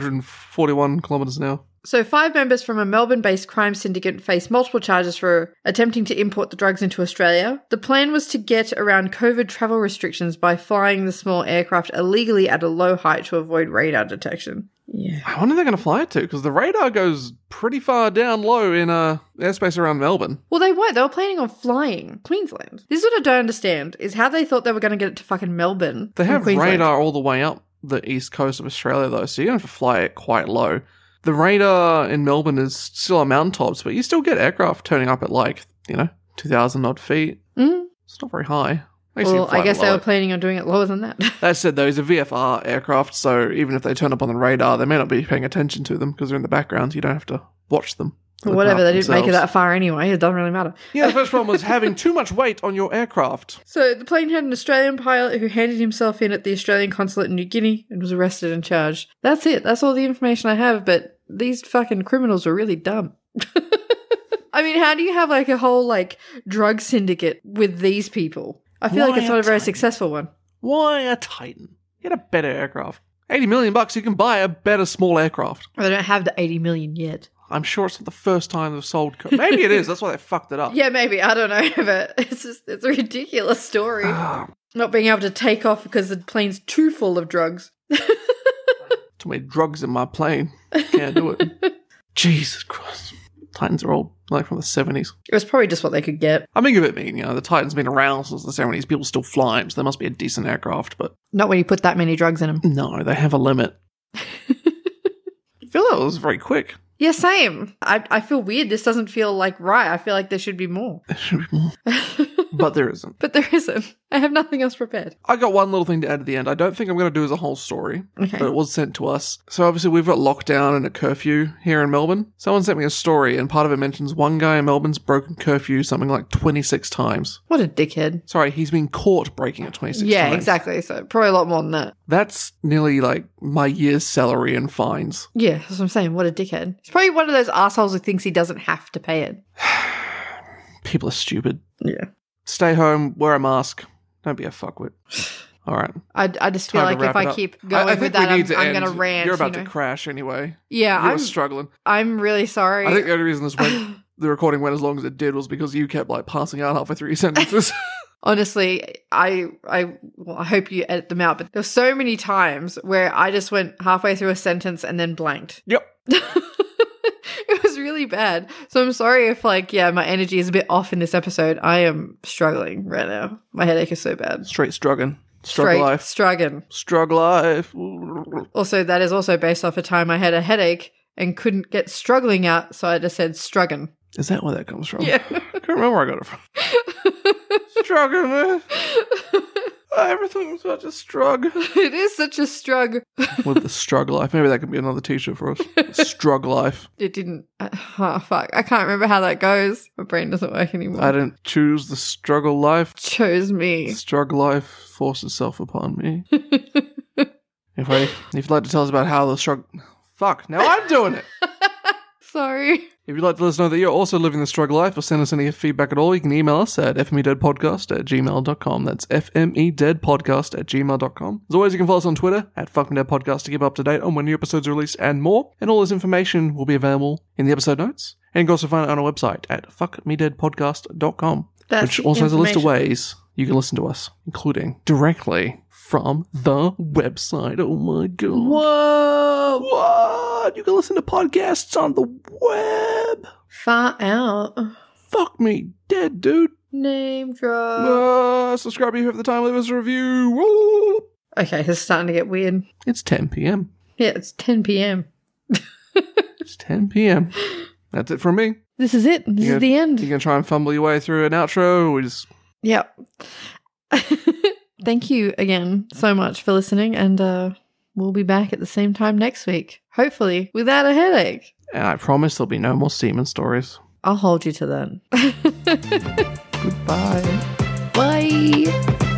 Speaker 2: 441 kilometers an hour.
Speaker 1: So, five members from a Melbourne based crime syndicate face multiple charges for attempting to import the drugs into Australia. The plan was to get around COVID travel restrictions by flying the small aircraft illegally at a low height to avoid radar detection. Yeah.
Speaker 2: I wonder if they're going to fly it to because the radar goes pretty far down low in uh, airspace around Melbourne.
Speaker 1: Well, they weren't. They were planning on flying Queensland. This is what I don't understand is how they thought they were going to get it to fucking Melbourne.
Speaker 2: They
Speaker 1: from
Speaker 2: have
Speaker 1: Queensland.
Speaker 2: radar all the way up the east coast of Australia, though, so you're going to have to fly it quite low. The radar in Melbourne is still on mountaintops, but you still get aircraft turning up at like, you know, 2,000 odd feet.
Speaker 1: Mm.
Speaker 2: It's not very high. Makes you
Speaker 1: Well,
Speaker 2: fly
Speaker 1: I
Speaker 2: it
Speaker 1: guess they
Speaker 2: low.
Speaker 1: were planning on doing it lower than that.
Speaker 2: That said, though, he's a VFR aircraft, so even if they turn up on the radar, they may not be paying attention to them because they're in the background. You don't have to watch them. for the
Speaker 1: Whatever, they
Speaker 2: craft
Speaker 1: didn't make it
Speaker 2: themselves.
Speaker 1: that far anyway. It doesn't really matter.
Speaker 2: Yeah, the first problem was having too much weight on your aircraft.
Speaker 1: So the plane had an Australian pilot who handed himself in at the Australian consulate in New Guinea and was arrested and charged. That's it. That's all the information I have, but these fucking criminals are really dumb. I mean, how do you have like a whole like drug syndicate with these people? I feel like it's not a very
Speaker 2: Wiretap.
Speaker 1: successful one.
Speaker 2: Why a Titan? Get a better aircraft. 80 million bucks, you can buy a better small aircraft.
Speaker 1: They don't have the 80 million yet.
Speaker 2: I'm sure it's not the first time they've sold. Co- Maybe it is. That's why they fucked it up.
Speaker 1: Yeah, maybe. I don't know, but it's just it's a ridiculous story.
Speaker 2: Ah,
Speaker 1: not being able to take off because the plane's too full of drugs.
Speaker 2: Too many drugs in my plane. Can't do it. Jesus Christ. Titans are all like from the 70s.
Speaker 1: It was probably just what they could get.
Speaker 2: I mean, give it mean, you know, the Titan's been around since the 70s. People still fly them, so there must be a decent aircraft, but
Speaker 1: Not when you put that many drugs in them.
Speaker 2: no, they have a limit. I feel that was very quick.
Speaker 1: Yeah, same. I, I feel weird. This doesn't feel like right. I feel like there should be more.
Speaker 2: There should be more,
Speaker 1: but
Speaker 2: but there isn't.
Speaker 1: there isn't. I have nothing else prepared.
Speaker 2: I got one little thing to add at the end. I don't think I'm going to do as a whole story,
Speaker 1: Okay.
Speaker 2: but it was sent to us. So obviously, we've got lockdown and a curfew here in Melbourne. Someone sent me a story, and part of it mentions one guy in Melbourne's broken curfew something like 26 times.
Speaker 1: What a dickhead.
Speaker 2: Sorry, he's been caught breaking it 26
Speaker 1: yeah,
Speaker 2: times.
Speaker 1: exactly. So probably a lot more than that.
Speaker 2: That's nearly like my year's salary in fines.
Speaker 1: Yeah, that's what I'm saying. What a dickhead. He's probably one of those assholes who thinks he doesn't have to pay it.
Speaker 2: People are stupid.
Speaker 1: Yeah.
Speaker 2: stay home, wear a mask, don't be a fuckwit. All right.
Speaker 1: I, I just feel
Speaker 2: Time to
Speaker 1: like if
Speaker 2: wrap it
Speaker 1: I
Speaker 2: up.
Speaker 1: keep
Speaker 2: I-
Speaker 1: going
Speaker 2: I,
Speaker 1: with
Speaker 2: think
Speaker 1: that,
Speaker 2: we need
Speaker 1: I'm,
Speaker 2: to
Speaker 1: I'm
Speaker 2: end.
Speaker 1: going to rant.
Speaker 2: You're about
Speaker 1: you know?
Speaker 2: to crash anyway.
Speaker 1: yeah,
Speaker 2: you were
Speaker 1: I'm,
Speaker 2: struggling.
Speaker 1: I'm really sorry.
Speaker 2: I think the only reason this went, the recording went as long as it did was because you kept like passing out halfway through your sentences.
Speaker 1: honestly i i well, i hope you edit them out but there's so many times where i just went halfway through a sentence and then blanked
Speaker 2: Yep.
Speaker 1: it was really bad so i'm sorry if like yeah my energy is a bit off in this episode i am struggling right now my headache is so bad
Speaker 2: Straight struggling. Struggle
Speaker 1: Straight
Speaker 2: life.
Speaker 1: struggling
Speaker 2: Struggle life.
Speaker 1: also that is also based off a time i had a headache and couldn't get struggling out so i just said struggling
Speaker 2: Is that where that comes from?
Speaker 1: yeah
Speaker 2: I can't remember where I got it from. struggling. eh? Everything was such a struggle.
Speaker 1: it is such a struggle
Speaker 2: With the struggle life. Maybe that could be another t shirt for us. Struggle life.
Speaker 1: it didn't oh fuck i can't remember how that goes my brain doesn't work anymore
Speaker 2: I didn't choose the struggle life.
Speaker 1: chose me.
Speaker 2: Struggle life forced itself upon me. Anyway, if you'd like to tell us about how the struggle. Fuck, now I'm doing it!
Speaker 1: Sorry.
Speaker 2: If you'd like to let us know that you're also living the struggle life or send us any feedback at all, you can email us at fmedeadpodcast at gmail.com. That's fmedeadpodcast at gmail.com. As always, you can follow us on Twitter at fuckmedeadpodcast to keep up to date on when new episodes are released and more. And all this information will be available in the episode notes. And you can also find it on our website at fuckmedeadpodcast.com
Speaker 1: That's
Speaker 2: which also has a list of
Speaker 1: information.
Speaker 2: ways you can listen to us, including directly from the website. Oh my god! Whoa! What? You can listen to podcasts on the web.
Speaker 1: Far out.
Speaker 2: Fuck me dead, dude.
Speaker 1: Name drop.
Speaker 2: Uh, subscribe if you have the time. Leave us a review. Woo!
Speaker 1: Okay, it's starting to get weird.
Speaker 2: It's 10 p.m.
Speaker 1: Yeah, it's 10 p.m.
Speaker 2: It's 10 p.m. That's it from me.
Speaker 1: This is it. This
Speaker 2: Yeah.
Speaker 1: is the
Speaker 2: You
Speaker 1: end.
Speaker 2: can try and fumble your way through an outro. We just
Speaker 1: Yeah. Thank you again so much for listening, and uh, we'll be back at the same time next week. Hopefully, without a headache.
Speaker 2: and I promise there'll be no more semen stories.
Speaker 1: I'll hold you to that.
Speaker 2: Goodbye.
Speaker 1: Bye.